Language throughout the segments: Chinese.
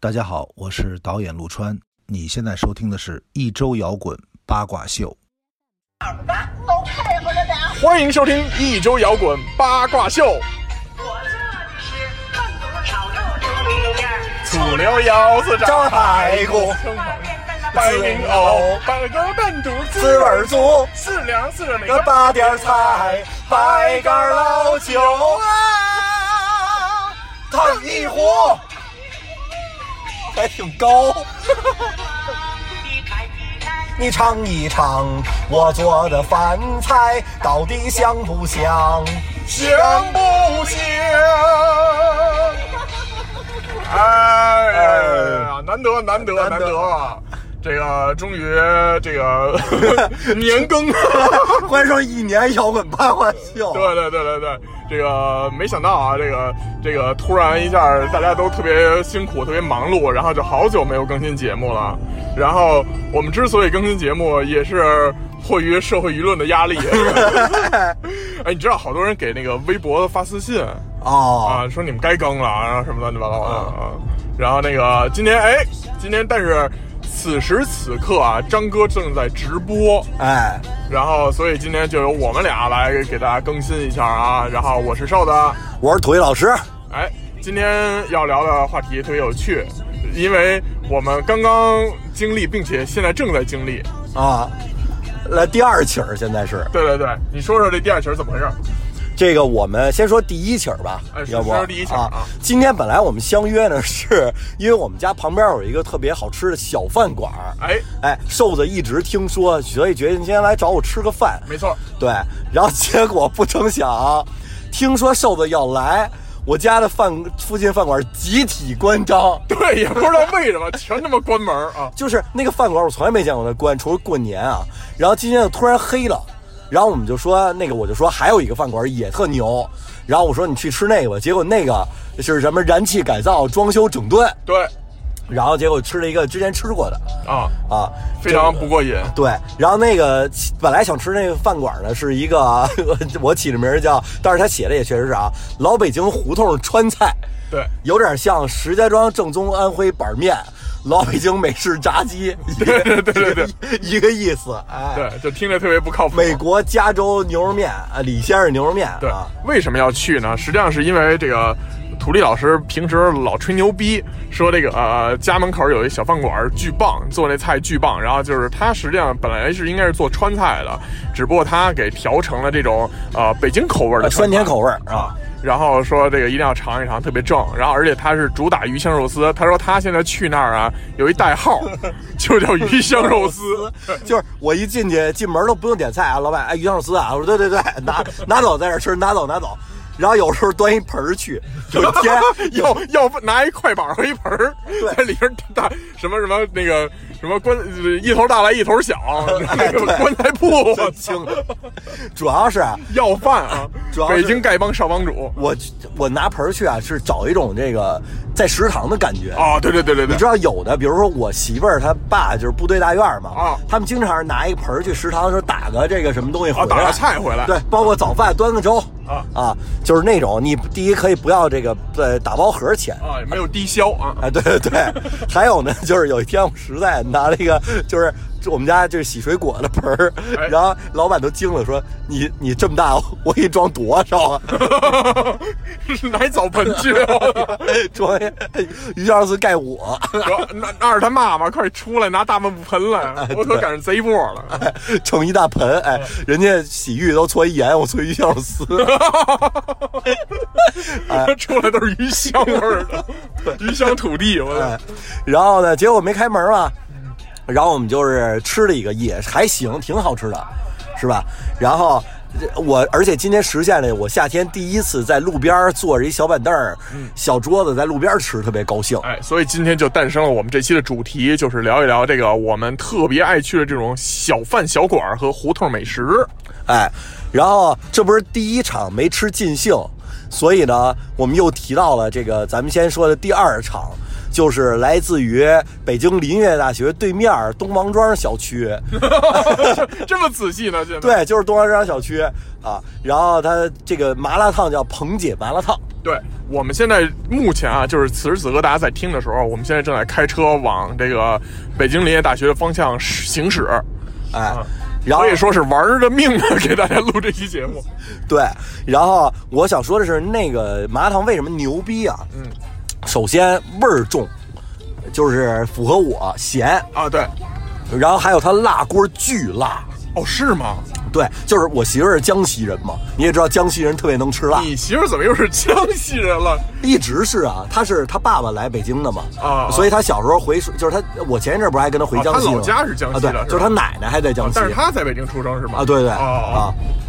大家好，我是导演陆川。你现在收听的是一周摇滚八卦秀。欢迎收听一周摇滚八卦秀，我这里是炕头炒肉煮米面儿，醋溜腰子招海骨，面蛋的白绫藕，百根蛋肚滋味儿足，四两四零个八点菜，白干老酒啊，烫一壶，还挺高。你看你看，你尝一尝我做的饭菜，到底香不香？ 香不香？哎呀，难得难得难得啊！这个终于这个 年更，欢迎收听一年摇滚八卦秀。 对对对对对，这个没想到啊，这个这个突然一下，大家都特别辛苦，特别忙碌，然后就好久没有更新节目了。然后我们之所以更新节目，也是迫于社会舆论的压力。 哎，你知道好多人给那个微博发私信哦，啊，说你们该更了，然后什么乱七八糟的啊。然后那个今天哎，今天但是此时此刻啊，张哥正在直播。哎，然后，所以今天就由我们俩来给大家更新一下啊。然后我是瘦子，我是土一老师。哎，今天要聊的话题特别有趣，因为我们刚刚经历，并且现在正在经历。啊，来第二曲儿，现在是对对对，你说说这第二曲怎么回事？这个，我们先说第一曲儿吧，哎要不说说第一曲儿啊今天本来我们相约呢，是因为我们家旁边有一个特别好吃的小饭馆儿，哎，哎，瘦子一直听说，所以决定今天来找我吃个饭。没错， 对，然后结果不成想，听说瘦子要来，我家的饭附近饭馆集体关张。对，也不知道为什么，全他妈关门啊！就是那个饭馆，我从来没见过那关，除了过年啊。然后今天就突然黑了，然后我们就说那个，我就说还有一个饭馆也特牛，然后我说你去吃那个吧。结果那个就是什么燃气改造、装修整顿，对，然后结果吃了一个之前吃过的啊，啊，非常不过瘾。对，然后那个本来想吃那个饭馆呢，是一个 我起的名儿叫，但是他写的也确实是啊，老北京胡同川菜，对，有点像石家庄正宗安徽板面、老北京美式炸鸡，对 对对对对，一个意思。哎，对，就听着特别不靠谱。美国加州牛肉面啊，李先生牛肉面对啊，，为什么要去呢？实际上是因为这个土力老师平时老吹牛逼，说这个呃家门口有一小饭馆儿巨棒，做那菜巨棒。然后就是他实际上本来是应该是做川菜的，只不过他给调成了这种呃北京口味儿的呃酸川菜 甜口味儿啊。然后说这个一定要尝一尝，特别正。然后而且他是主打鱼香肉丝，他说他现在去那儿啊有一代号，就叫鱼香肉丝。 就是我一进去，进门都不用点菜啊，老板，哎，鱼香肉丝啊，我说对对对，拿 拿走，在这儿吃，拿走拿走。然后有时候端一盆儿去，有一 天要要不拿一快板和一盆儿，对在里边大什么什么那个什么棺一头大来一头 小，那个棺材铺，我真操惊了，主要是啊 要饭啊主！要是北京丐帮少帮主我我拿盆儿去啊，是找一种这个在食堂的感觉啊！对对对对你对知，道有的，比如说我媳妇儿她爸就是部队大院嘛，啊他们经常是拿一盆儿去食堂的时候打个这个什么东西回啊，来，打个菜回来，对，包括早饭端个粥啊就是那种你第一可以不要这个呃打包盒钱。啊，也没有低消啊， 哎，对对对，还有呢，就是有一天我们实在拿了一个，就是我们家就是洗水果的盆儿哎，然后老板都惊了，说你你这么大， 我给你装多少啊？ 拿一澡盆去，我 装一鱼香肉丝盖我。 说那那是他妈妈，快出来拿大抹布盆哎来，我可赶上贼窝了。盛一大盆，哎，人家洗浴都搓一盐，我搓鱼香肉丝，哎 出来都是鱼香味儿的，鱼香土地，我哎， 然后呢，结果没开门嘛，然后我们就是吃了一个，也还行，挺好吃的，是吧？然后这我，而且今天实现了我夏天第一次在路边坐着一小板凳儿、小桌子，在路边吃，特别高兴。哎，所以今天就诞生了我们这期的主题，就是聊一聊这个我们特别爱去的这种小饭小馆儿和胡同美食。 哎，然后这不是第一场没吃尽兴，所以呢，我们又提到了这个咱们先说的第二场，就是来自于北京林业大学对面儿东王庄小区，这么仔细呢？现在对，就是东王庄小区啊。然后它这个麻辣烫叫彭姐麻辣烫，对，我们现在目前啊，就是此时此刻大家在听的时候，我们现在正在开车往这个北京林业大学的方向行驶，哎，然后啊可以说是玩着命的给大家录这期节目。对，然后我想说的是，那个麻辣烫为什么牛逼啊？嗯，首先味儿重，就是符合我咸，啊，对，然后还有它辣锅巨辣。哦，是吗？对，就是我媳妇儿是江西人嘛，你也知道江西人特别能吃辣，你媳妇儿怎么又是江西人了？一直是啊，她是她爸爸来北京的嘛，啊所以她小时候回就是她，我前一阵儿不是还跟她回江西啊她老吗？家是江西的是啊、对，吧啊就是她奶奶还在江西，但是他在北京出生是吗？啊，对对、哦啊，，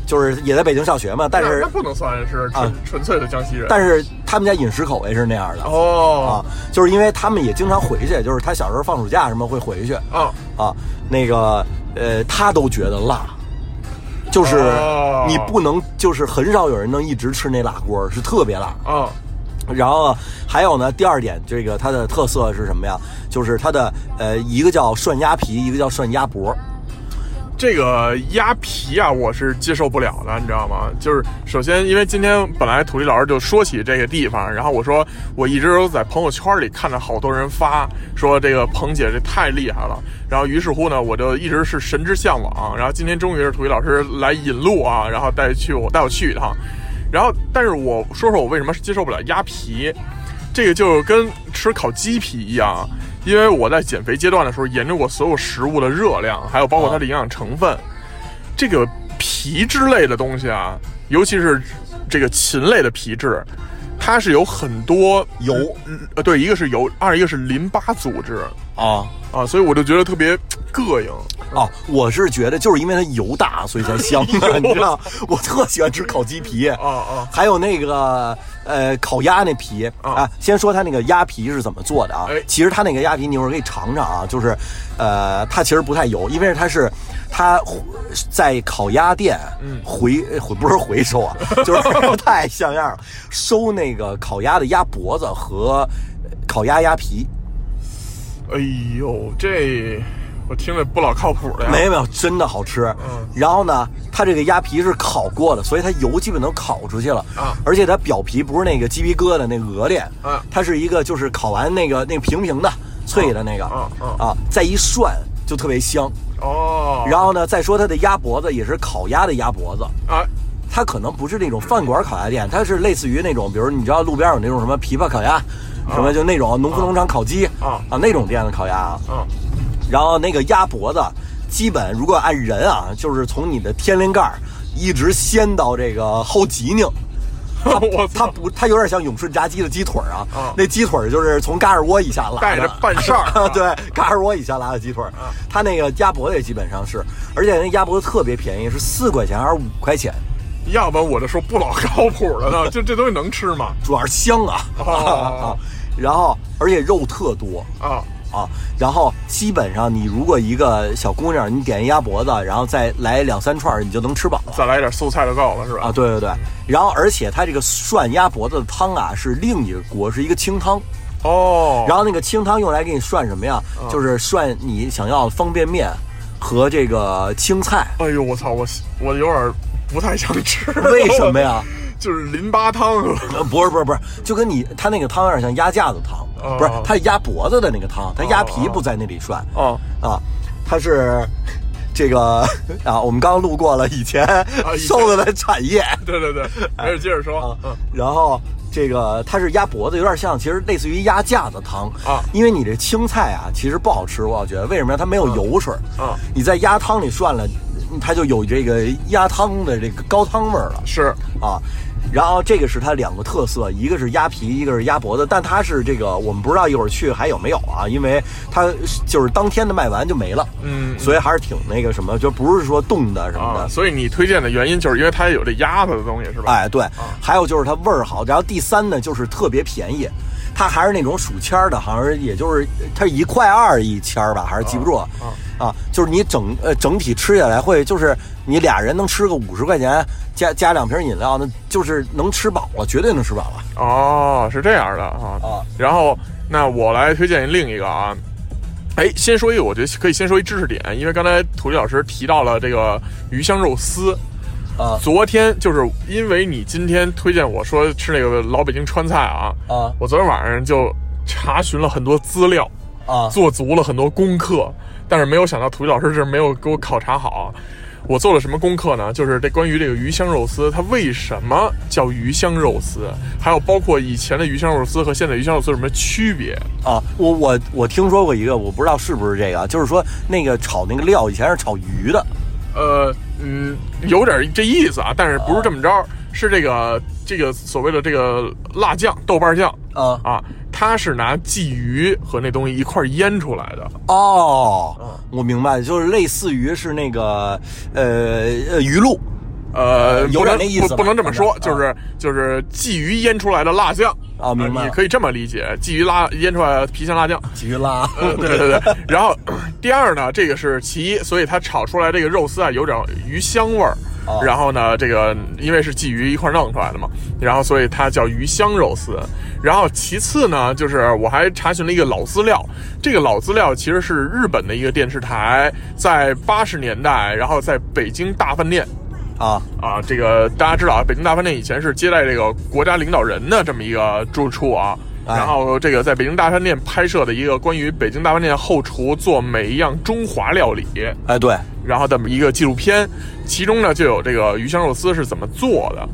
就是也在北京上学嘛，但那是那不能算是纯、啊纯粹的江西人。但是他们家饮食口味是那样的，啊哦，就是因为他们也经常回去，就是他小时候放暑假什么会回去哦啊，那个呃，他都觉得辣，就是哦你不能，就是很少有人能一直吃那辣锅，是特别辣。哦然后还有呢，第二点，这个它的特色是什么呀？就是它的呃，一个叫涮鸭皮，一个叫涮鸭脖。这个鸭皮啊，我是接受不了的，你知道吗？就是首先，因为今天本来土地老师就说起这个地方，然后我说我一直都在朋友圈里看着好多人发说这个彭姐这太厉害了，然后于是乎呢，我就一直是神之向往，然后今天终于是土地老师来引路啊，然后带去我带我去一趟，然后但是我说说我为什么接受不了鸭皮，这个就跟吃烤鸡皮一样，因为我在减肥阶段的时候研究过所有食物的热量，还有包括它的营养成分。这个皮之类的东西啊，尤其是这个禽类的皮质，它是有很多油嗯呃，对，一个是油，二一个是淋巴组织啊啊，所以我就觉得特别膈应。哦，我是觉得就是因为它油大，所以才香的，你知道？我特喜欢吃烤鸡皮啊啊啊还有那个呃烤鸭那皮啊啊，先说它那个鸭皮是怎么做的啊哎？其实它那个鸭皮你一会儿可以尝尝啊，就是呃它其实不太油，因为它是它在烤鸭店回回不是回收啊，就是太像样了，收那个烤鸭的鸭脖子和烤鸭鸭皮。哎呦，这我听着不老靠谱的呀。没有没有，真的好吃。嗯然后呢，它这个鸭皮是烤过的，所以它油基本都烤出去了。啊而且它表皮不是那个鸡皮疙瘩那个鹅裂，啊它是一个就是烤完那个那个平平的脆的那个，啊啊啊，再一涮就特别香。哦，然后呢，再说它的鸭脖子也是烤鸭的鸭脖子。啊，它可能不是那种饭馆烤鸭店，它是类似于那种，比如你知道路边有那种什么琵琶烤鸭，什么就那种农夫农场烤鸡啊那种店的烤鸭啊，啊然后那个鸭脖子，基本如果按人啊，就是从你的天灵盖儿一直掀到这个后脊 梁。 它我操它不，它有点像永顺炸鸡的鸡腿儿啊，啊那鸡腿儿就是从嘎吱窝以下拉的，带 着半扇儿啊对，嘎吱窝以下拉的鸡腿儿。它那个鸭脖子也基本上是，而且那鸭脖子特别便宜，是四块钱还是五块钱，要不然我就说不老靠谱了 呢。就这东西能吃吗？主要是香啊。哦 然后而且肉特多，啊，啊，然后基本上你如果一个小姑娘，你点一鸭脖子，然后再来两三串儿，你就能吃饱了再来点素菜就够了，是吧？啊！对对对，然后而且它这个涮鸭脖子的汤啊，是另一个锅，是一个清汤，哦，然后那个清汤用来给你涮什么呀？就是涮你想要的方便面和这个 青菜，哎呦，我操，我我有点不太想吃。为什么？呀？就是淋巴汤呃，不是不是不是，就跟你它那个汤有点像鸭架子汤，哦不是它是鸭脖子的那个汤，它鸭皮不在那里涮哦啊，它是这个啊，我们刚路过了以前啊以前瘦子的产业，对对对，没事，接着说嗯啊。 然后这个它是鸭脖子，有点像，其实类似于鸭架子汤啊因为你这青菜啊，其实不好吃，我觉得为什么呀？它没有油水啊你在鸭汤里涮了，它就有这个鸭汤的这个高汤味儿了。是啊。然后这个是它两个特色，一个是鸭皮，一个是鸭脖子，但它是这个我们不知道一会儿去还有没有啊，因为它就是当天的卖完就没了，嗯所以还是挺那个什么，就不是说冻的什么的。啊，所以你推荐的原因就是因为它有这鸭子的东西，是吧？哎，对，还有就是它味儿好，然后第三呢就是特别便宜，它还是那种数签儿的，好像是也就是它是一块二一签儿吧，还是记不住啊就是你整呃整体吃下来会就是你俩人能吃个五十块钱，加加两瓶饮料，那就是能吃饱了，绝对能吃饱了。哦，是这样的啊。啊然后那我来推荐另一个啊。哎，先说一个，我觉得可以先说一知识点，因为刚才土地老师提到了这个鱼香肉丝，啊昨天就是因为你今天推荐我说吃那个老北京川菜啊，啊我昨天晚上就查询了很多资料，啊做足了很多功课，但是没有想到土老师这没有给我考察好。啊我做了什么功课呢？就是这关于这个鱼香肉丝，它为什么叫鱼香肉丝，还有包括以前的鱼香肉丝和现在鱼香肉丝有什么区别？啊！我我我听说过一个，我不知道是不是这个啊，就是说那个炒那个料以前是炒鱼的呃，嗯，有点这意思啊，但是不是这么着，是这个这个所谓的这个辣酱豆瓣酱啊啊，它是拿鲫鱼和那东西一块儿腌出来的。哦，我明白，就是类似于是那个呃呃鱼露呃，有不能点那意思吧不，啊不能这么说，反正就是就是哦鲫鱼腌出来的辣酱啊明呃白了你可以这么理解，鲫鱼辣腌出来的郫县辣酱。鱼 啦，呃对对对对，然后 第二呢，这个是其一，所以它炒出来这个肉丝啊有点鱼香味儿。哦然后呢，这个因为是鲫鱼一块儿弄出来的嘛，然后所以它叫鱼香肉丝。然后其次呢，就是我还查询了一个老资料，这个老资料其实是日本的一个电视台在八十年代，然后在北京大饭店啊啊，这个大家知道啊，北京大饭店以前是接待这个国家领导人的这么一个住处啊。哎然后这个在北京大饭店拍摄的一个关于北京大饭店后厨做每一样中华料理，哎对，然后这么一个纪录片，其中呢就有这个鱼香肉丝是怎么做的。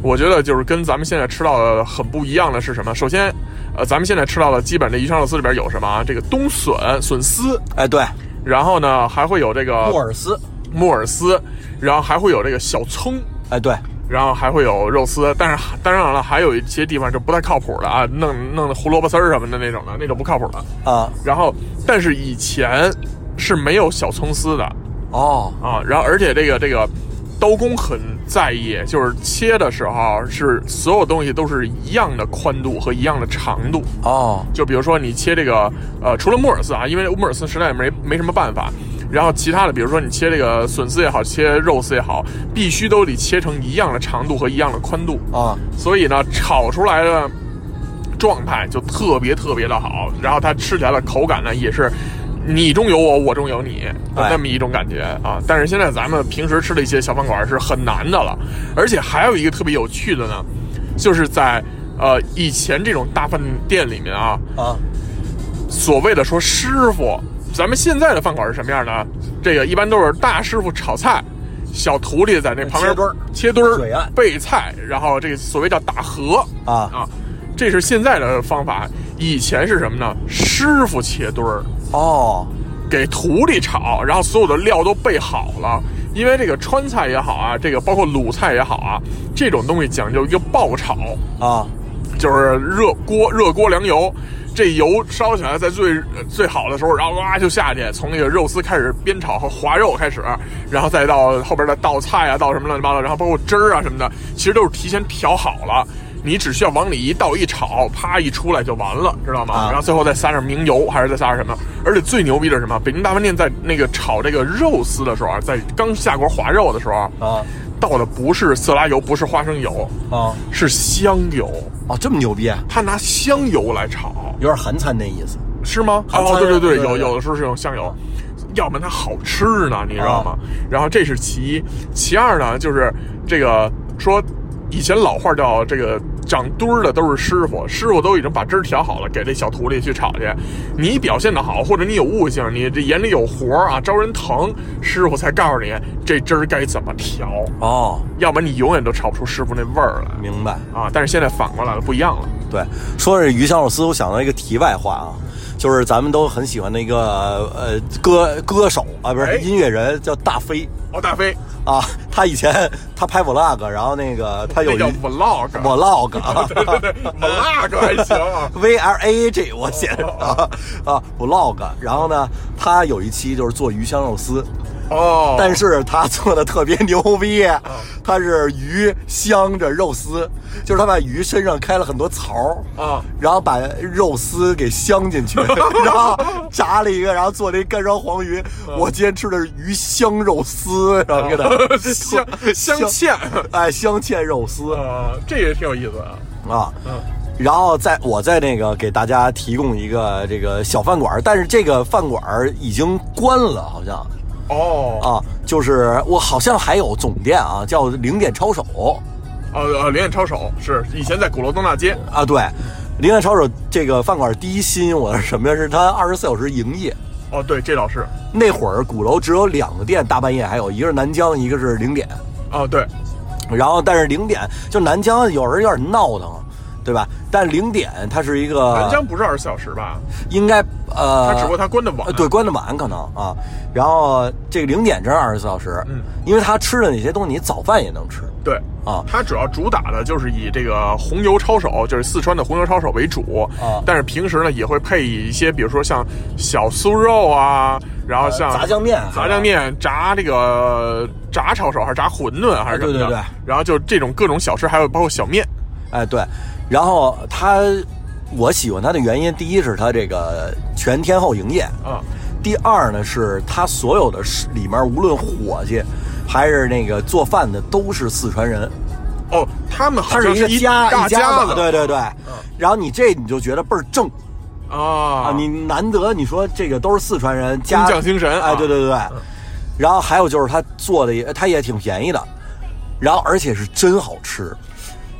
我觉得就是跟咱们现在吃到的很不一样的是什么？首先，呃，咱们现在吃到的基本的鱼香肉丝里边有什么啊？这个冬笋、笋丝，哎对，然后呢还会有这个莫尔斯，木耳丝，然后还会有这个小葱，哎对，然后还会有肉丝，但是当然了，还有一些地方是不太靠谱的啊，弄弄的胡萝卜丝儿什么的那种的，那种不靠谱的。啊然后，但是以前是没有小葱丝的哦啊，然后而且这个这个刀工很在意，就是切的时候是所有东西都是一样的宽度和一样的长度。哦就比如说你切这个，呃，除了木耳丝啊，因为木耳丝实在没没什么办法，然后其他的，比如说你切这个笋丝也好，切肉丝也好，必须都得切成一样的长度和一样的宽度，啊所以呢，炒出来的状态就特别特别的好，然后它吃起来的口感呢也是。你中有我，我中有你，哎那么一种感觉啊！但是现在咱们平时吃的一些小饭馆是很难的了，而且还有一个特别有趣的呢，就是在呃以前这种大饭店里面啊，啊所谓的说师傅，咱们现在的饭馆是什么样的？啊这个一般都是大师傅炒菜，小徒弟在那旁边切墩儿切墩水儿岸备菜，然后这个所谓叫打荷啊啊，这是现在的方法。以前是什么呢？师傅切墩儿，哦给徒弟炒，然后所有的料都备好了。因为这个川菜也好啊，这个包括鲁菜也好啊，这种东西讲究一个爆炒，啊就是热锅热锅凉油，这油烧起来在最呃最好的时候，然后哇就下去，从那个肉丝开始煸炒和滑肉开始，然后再到后边的倒菜啊，倒什么乱七八糟，然后包括汁儿啊什么的，其实都是提前调好了。你只需要往里一倒一炒，啪一出来就完了，知道吗？啊然后最后再撒点明油，还是再撒点什么？而且最牛逼的是什么？北京大饭店在那个炒这个肉丝的时候啊，在刚下锅滑肉的时候啊，啊倒的不是色拉油，不是花生油，啊是香油。哦这么牛逼，他拿香油来炒，有点韩餐那意思是吗？韩餐哦，对对对，对对有对有的时候是用香油，要不然它好吃呢，你知道吗？然后这是其一，其二呢就是这个说，以前老话叫这个长堆儿的都是师傅，师傅都已经把汁儿调好了，给这小徒弟去炒去。你表现的好，或者你有悟性，你这眼里有活儿啊，招人疼，师傅才告诉你这汁儿该怎么调，哦要不然你永远都炒不出师傅那味儿来明白。啊。但是现在反过来了，不一样了。对，说是鱼香肉丝，我想到一个题外话啊，就是咱们都很喜欢那个呃歌歌手啊，不哎是音乐人叫大飞哦，大飞，啊，他以前他拍 vlog，然后那个他有那一叫 vlog。 vlog 啊 vlog 还行啊。 ，v l a g 我写的啊啊 vlog，然后呢，他有一期就是做鱼香肉丝，哦，但是他做的特别牛逼，他是鱼香着肉丝，就是他把鱼身上开了很多槽儿啊然后把肉丝给镶进去，然后炸了一个，然后做了一干烧黄鱼。我今天吃的是鱼香肉丝，然 后给它镶镶嵌，哎，镶嵌肉丝呃，这也挺有意思啊。啊。嗯，然后在我在那个给大家提供一个这个小饭馆儿，但是这个饭馆儿已经关了，好像哦，啊，就是我好像还有总店啊，叫零点抄手呃呃，零点抄手是以前在鼓楼东大街，啊，对，零点抄手这个饭馆第一吸引我的是什么呀？是它二十四小时营业。哦，对，这倒是，那会儿鼓楼只有两个店，大半夜还有一个是南疆，一个是零点。哦，对，然后，但是零点就南疆有人有点闹腾，对吧？但零点它是一个南疆不是二十四小时吧？应该呃，它只不过它关的晚呃，对，关的晚可能啊。然后这个零点真是二十四小时，嗯，因为他吃的那些东西，你早饭也能吃对。啊。它主要主打的就是以这个红油抄手，就是四川的红油抄手为主，啊但是平时呢也会配一些，比如说像小酥肉啊，然后像、呃炸酱面啊炸酱面、炸这个炸抄手还是炸馄饨还是什么的，啊对对对然后就这种各种小吃，还有包括小面，哎，对，然后他我喜欢他的原因，第一是他这个全天候营业，啊，第二呢是他所有的食里面无论伙计还是那个做饭的都是四川人，哦，他们好他像是一个一家大家子，嗯对对对。然后你这你就觉得倍儿正啊啊，你难得你说这个都是四川人，家工匠精神哎，啊对对对对。然后还有就是他做的也他也挺便宜的，然后而且是真好吃。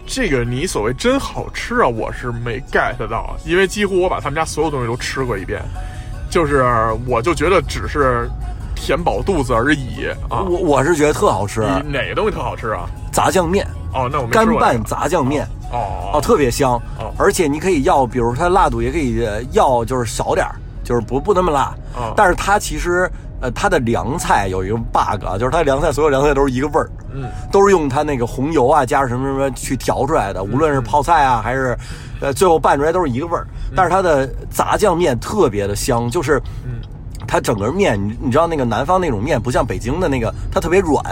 这个你所谓真好吃啊，我是没 get 到，因为几乎我把他们家所有东西都吃过一遍，就是我就觉得只是填饱肚子而已啊。我我是觉得特好吃，你哪个东西特好吃啊？炸酱面，哦，那我没干吃过拌炸酱面，哦哦，特别香哦，而且你可以呃要，比如它辣度也可以呃要，就是少点儿，就是不不那么辣哦。但是它其实呃，它的凉菜有一个 bug 啊，就是它凉菜所有凉菜都是一个味儿，嗯，都是用它那个红油啊，加上什么什么去调出来的，嗯无论是泡菜啊还是呃最后拌出来都是一个味儿。嗯但是它的炸酱面特别的香，就是嗯它整个面，你你知道那个南方那种面不像北京的那个，它特别软。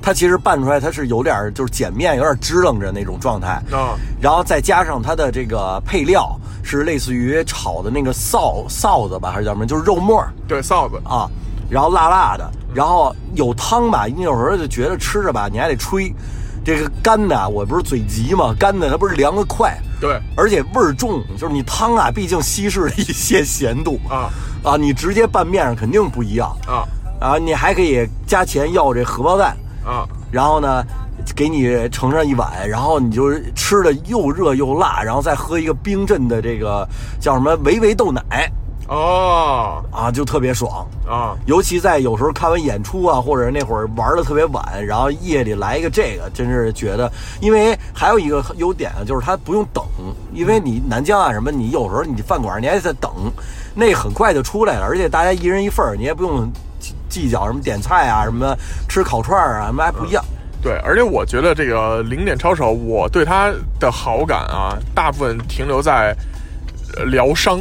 它其实拌出来，它是有点儿就是碱面，有点儿支棱着那种状态。啊然后再加上它的这个配料是类似于炒的那个臊臊子吧，还是叫什么，就是肉末儿对臊子啊，然后辣辣的，然后有汤吧，你有时候就觉得吃着吧，你还得吹。这个干的，我不是嘴急嘛，干的它不是凉的快，对而且味儿重，就是你汤啊，毕竟稀释了一些咸度啊啊，你直接拌面上肯定不一样啊啊，你还可以加钱要这荷包蛋，啊然后呢，给你盛上一碗，然后你就是吃的又热又辣，然后再喝一个冰镇的这个叫什么维维豆奶哦啊，就特别爽。啊尤其在有时候看完演出啊，或者那会儿玩的特别晚，然后夜里来一个这个，真是觉得，因为还有一个优点啊，就是它不用等，因为你南疆啊什么，你有时候你饭馆你还得等，那很快就出来了，而且大家一人一份儿，你也不用计计较什么点菜啊，什么吃烤串儿啊，什么还不一样。对，而且我觉得这个零点抄手，我对他的好感啊，大部分停留在呃疗伤。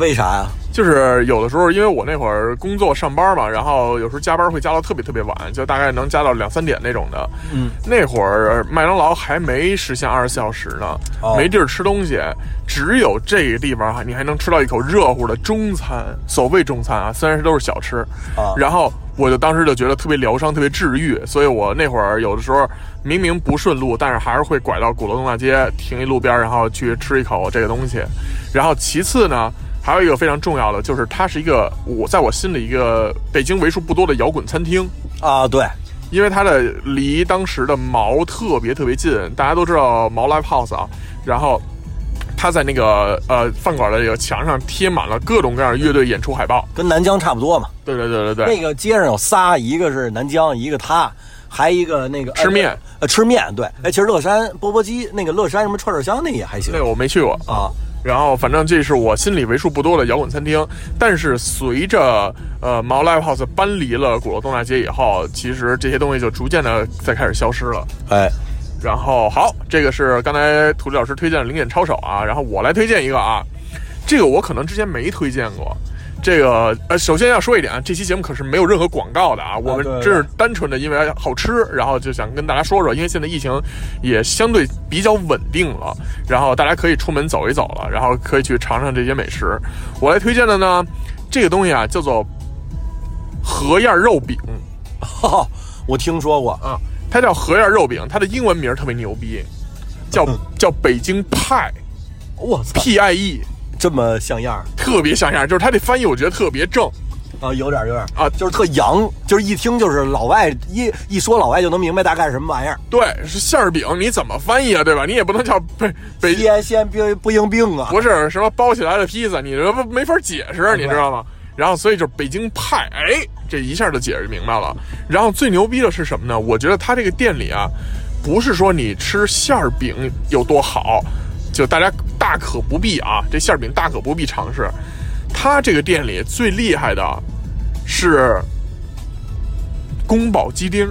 为啥呀、就是有的时候，因为我那会儿工作上班嘛，然后有时候加班会加到特别特别晚，就大概能加到两三点那种的。嗯，那会儿麦当劳还没实现二十四小时呢，哦没地儿吃东西，只有这个地方啊你还能吃到一口热乎的中餐，所谓中餐啊，虽然都是小吃。啊然后我就当时就觉得特别疗伤，特别治愈，所以我那会儿有的时候明明不顺路，但是还是会拐到鼓楼东大街停一路边儿，然后去吃一口这个东西。然后其次呢，还有一个非常重要的就是它是一个我在我心里一个北京为数不多的摇滚餐厅。啊，对，因为它的离当时的毛特别特别近，大家都知道毛 Live House 啊，然后它在那个呃饭馆的这个墙上贴满了各种各样的乐队演出海报。跟南疆差不多嘛。对对对对对那，个街上有仨，一个是南疆，一个他，还一个那个吃面，呃，吃面对。哎，其实乐山钵钵鸡那个乐山什么串串香那也还行那个我没去过。啊。然后反正这是我心里为数不多的摇滚餐厅。但是随着呃毛 Live House 搬离了鼓楼东大街以后，其实这些东西就逐渐的在开始消失了。哎，然后好，这个是刚才土地老师推荐的零点抄手啊，然后我来推荐一个啊，这个我可能之前没推荐过。这个呃，首先要说一点啊，这期节目可是没有任何广告的啊，我们对对这是单纯的因为好吃，然后就想跟大家说说，因为现在疫情也相对比较稳定了，然后大家可以出门走一走了，然后可以去尝尝这些美食。我来推荐的呢，这个东西啊叫做河燕肉饼哦，我听说过啊，它叫河燕肉饼，它的英文名儿特别牛逼，叫叫北京派我操， P I E，这么像样儿特别像样儿，就是它这翻译我觉得特别正。啊，有点儿有点儿啊就是特洋，就是一听就是老外一一说老外就能明白大概是什么玩意儿。对，是馅儿饼，你怎么翻译啊？对吧？你也不能叫北北西安西安不不应病啊，不是什么包起来的披萨，你这不没法解释，你知道吗？然后所以就是北京派，哎，这一下就解释明白了。然后最牛逼的是什么呢？我觉得他这个店里啊，不是说你吃馅儿饼有多好，就大家大可不必啊，这馅儿饼大可不必尝试。他这个店里最厉害的是宫保鸡丁儿，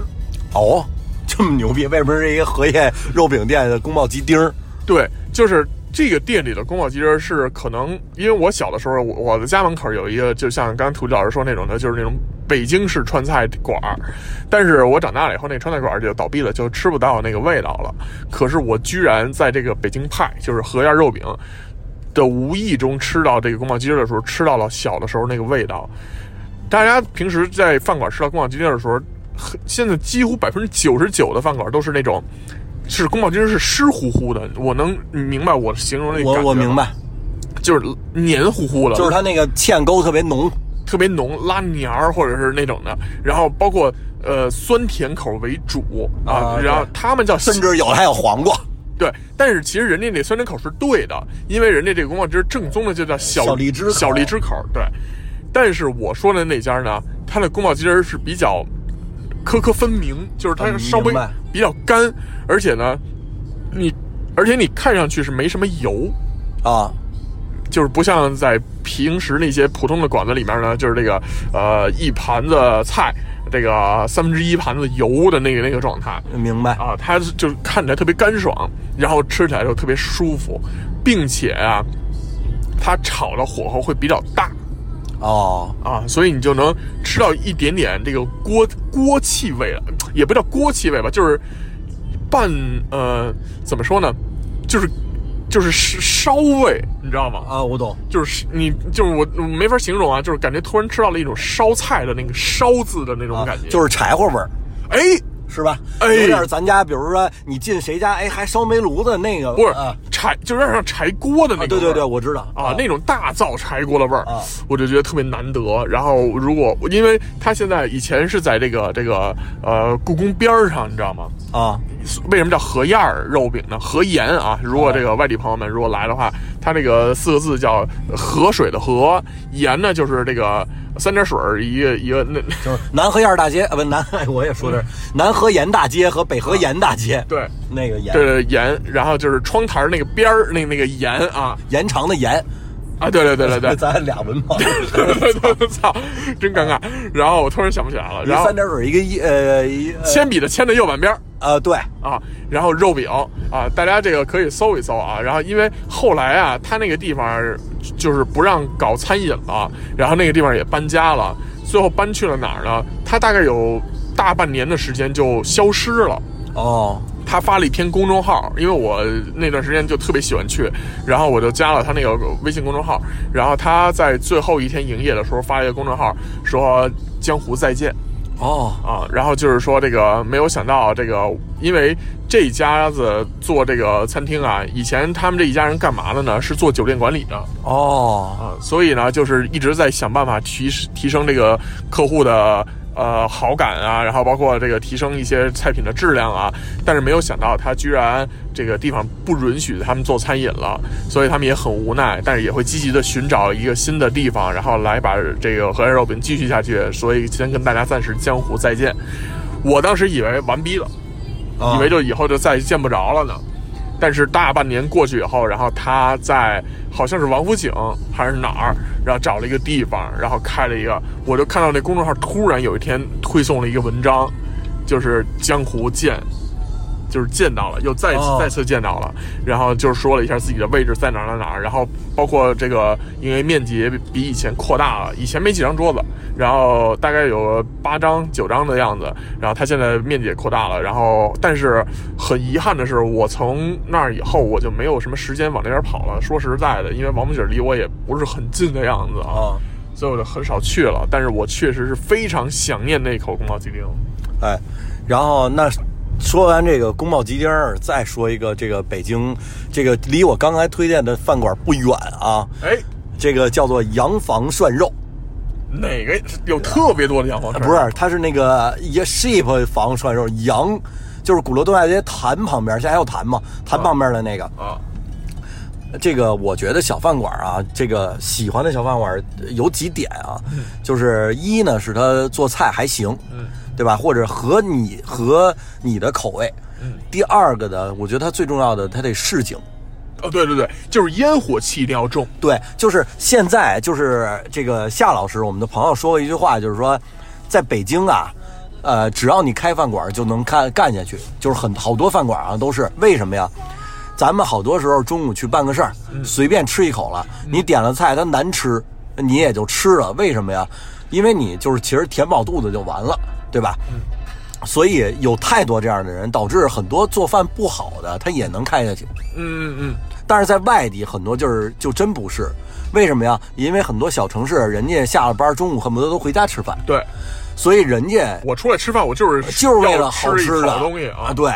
哦，这么牛逼，为什么是一个荷叶肉饼店的宫保鸡丁儿？对，就是这个店里的宫保鸡丁是可能，因为我小的时候，我我的家门口有一个，就像刚刚土地老师说那种的，就是那种北京式川菜馆儿。但是我长大了以后，那川菜馆儿就倒闭了，就吃不到那个味道了。可是我居然在这个北京派，就是河沿肉饼。的无意中吃到这个宫保鸡丁的时候，吃到了小的时候那个味道。大家平时在饭馆吃到宫保鸡丁的时候，很现在几乎百分之九十九的饭馆都是那种，是宫保鸡丁是湿乎乎的。我能明白我形容那个我感觉我明吗，白，就是黏糊糊的，就是它那个芡沟特别浓，特别浓拉黏儿或者是那种的，然后包括呃酸甜口为主啊，啊然后对他们叫甚至有的还有黄瓜。对，但是其实人家那酸甜口是对的，因为人家这个宫保鸡丁正宗的就叫小小荔枝口小荔枝口，对。但是我说的那家呢，它的宫保鸡丁是比较颗颗分明，就是它嗯稍微明白比较干，而且呢，你而且你看上去是没什么油，啊，就是不像在平时那些普通的馆子里面呢，就是这个呃一盘子菜，这个三分之一盘子油的那个那个状态。明白。啊，它是就是看起来特别干爽，然后吃起来就特别舒服，并且啊，它炒的火候会比较大哦，啊，所以你就能吃到一点点这个锅锅气味了，也不叫锅气味吧，就是半呃怎么说呢，就是就是烧味，你知道吗？啊，我懂。就是你就是我我没法形容啊，就是感觉突然吃到了一种烧菜的那个烧字的那种啊感觉，就是柴火味儿，哎。是吧？哎有点咱家，比如说你进谁家，哎，还烧煤炉子那个，不是啊，柴，就是有点像柴锅的那个、啊对对对，我知道啊，那种大灶柴锅的味儿，啊我就觉得特别难得。然后如果因为他现在以前是在这个这个呃故宫边儿上，你知道吗？啊，为什么叫河沿儿肉饼呢？河沿啊，如果这个外地朋友们如果来的话，它这个四个字叫河水的河，沿呢就是这个三点水儿一个一个那。就是南河沿儿大街啊，不南，哎我也说的是南河沿大街和北河沿大 街，嗯啊对，那个沿对沿，然后就是窗台儿那个边儿，那那个沿啊延长的延，啊，对对对对对，咱俩文盲， 操，真尴尬。然后我突然想不起来了，一然后三点水一个一呃一呃铅笔的铅的右半边儿，呃对，啊，然后肉饼啊，大家这个可以搜一搜啊。然后因为后来啊，他那个地方就是不让搞餐饮了，然后那个地方也搬家了，最后搬去了哪儿呢？他大概有大半年的时间就消失了。哦，他发了一篇公众号，因为我那段时间就特别喜欢去，然后我就加了他那个微信公众号。然后他在最后一天营业的时候发一个公众号，说“江湖再见”。哦，啊，然后就是说这个没有想到这个，因为这一家子做这个餐厅啊，以前他们这一家人干嘛的呢？是做酒店管理的哦，啊，所以呢，就是一直在想办法提提升这个客户的呃好感啊，然后包括这个提升一些菜品的质量啊，但是没有想到他居然这个地方不允许他们做餐饮了，所以他们也很无奈，但是也会积极的寻找一个新的地方，然后来把这个河南肉饼继续下去，所以先跟大家暂时江湖再见。我当时以为完逼了。啊以为就以后就再也见不着了呢。但是大半年过去以后，然后他在好像是王府井还是哪儿，然后找了一个地方，然后开了一个，我就看到那公众号突然有一天推送了一个文章，就是江湖见，就是见到了，又再次、哦再次见到了，然后就说了一下自己的位置在哪儿哪儿哪儿，然后包括这个因为面积也比比以前扩大了，以前没几张桌子，然后大概有八张九张的样子，然后它现在面积也扩大了，然后但是很遗憾的是，我从那儿以后我就没有什么时间往那边跑了。说实在的，因为王府井离我也不是很近的样子啊，啊，所以我就很少去了。但是我确实是非常想念那口宫保鸡丁。哎，然后那说完这个宫保鸡丁儿，再说一个这个北京这个离我刚才推荐的饭馆不远啊，哎，这个叫做洋房涮肉，哪个有特别多的羊黄串？啊不是，它是那个也 sheep 房涮肉，羊就是鼓楼东大街坛旁边，现在还有坛嘛，坛旁边的那个。啊，这个我觉得小饭馆啊，这个喜欢的小饭馆有几点啊，就是一呢是他做菜还行，嗯，对吧？或者合你合你的口味。第二个呢，我觉得它最重要的，它得市井。哦，对对对，就是烟火气一定要重。对，就是现在，就是这个夏老师，我们的朋友说过一句话，就是说，在北京啊，呃，只要你开饭馆就能干干下去，就是很好多饭馆啊都是为什么呀？咱们好多时候中午去办个事儿，随便吃一口了，你点了菜它难吃，你也就吃了，为什么呀？因为你就是其实填饱肚子就完了，对吧？所以有太多这样的人，导致很多做饭不好的他也能开下去。嗯嗯但是在外地很多就是就真不是，为什么呀？因为很多小城市人家下了班中午恨不得都回家吃饭嗯，，对所以人家我出来吃饭，我就是就是为了好好吃的好东西啊。对。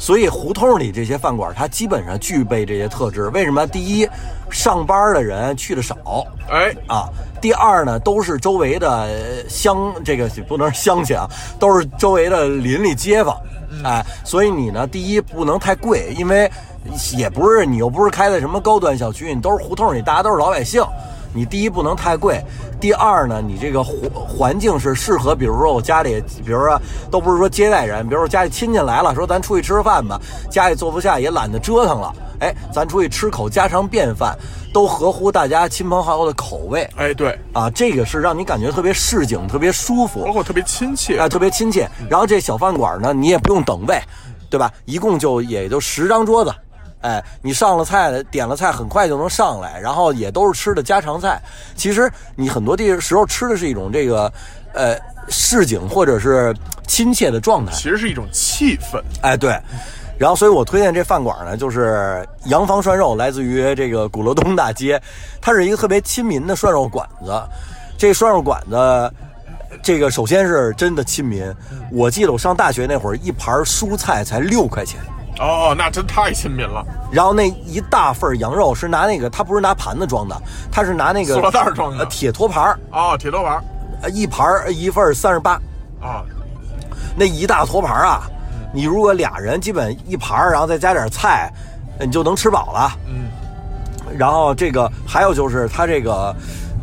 所以胡同里这些饭馆，它基本上具备这些特质。为什么？第一，上班的人去的少哎，啊；第二呢，都是周围的呃乡，这个不能是乡亲啊，都是周围的邻里街坊。哎，所以你呢，第一不能太贵，因为也不是你又不是开在什么高端小区，你都是胡同里，大家都是老百姓。你第一不能太贵，第二呢，你这个环环境是适合，比如说我家里，比如说都不是说接待人，比如说家里亲戚来了，说咱出去吃个饭吧，家里做不下也懒得折腾了，哎，咱出去吃口家常便饭，都合乎大家亲朋好友的口味哎，对，啊，这个是让你感觉特别市井，特别舒服，包括特别亲切嗯啊、。特别亲切。然后这小饭馆呢，你也不用等位，对吧？一共就也就十张桌子，哎，你上了菜，点了菜，很快就能上来，然后也都是吃的家常菜。其实你很多地时候吃的是一种这个，呃，市井或者是亲切的状态。其实是一种气氛，哎，对。然后，所以我推荐这饭馆呢，就是洋房涮肉，来自于这个鼓楼东大街，它是一个特别亲民的涮肉馆子。这涮肉馆子，这个首先是真的亲民。我记得我上大学那会儿，一盘蔬菜才六块钱，哦，那真太亲民了，然后那一大份羊肉是拿那个，它不是拿盘子装的，它是拿那个塑料袋儿装的呃铁托盘儿哦，铁头丸，呃一盘儿一份三十八。啊，那一大托盘啊，你如果俩人基本一盘儿，然后再加点菜，呃你就能吃饱了。嗯，然后这个还有就是它这个，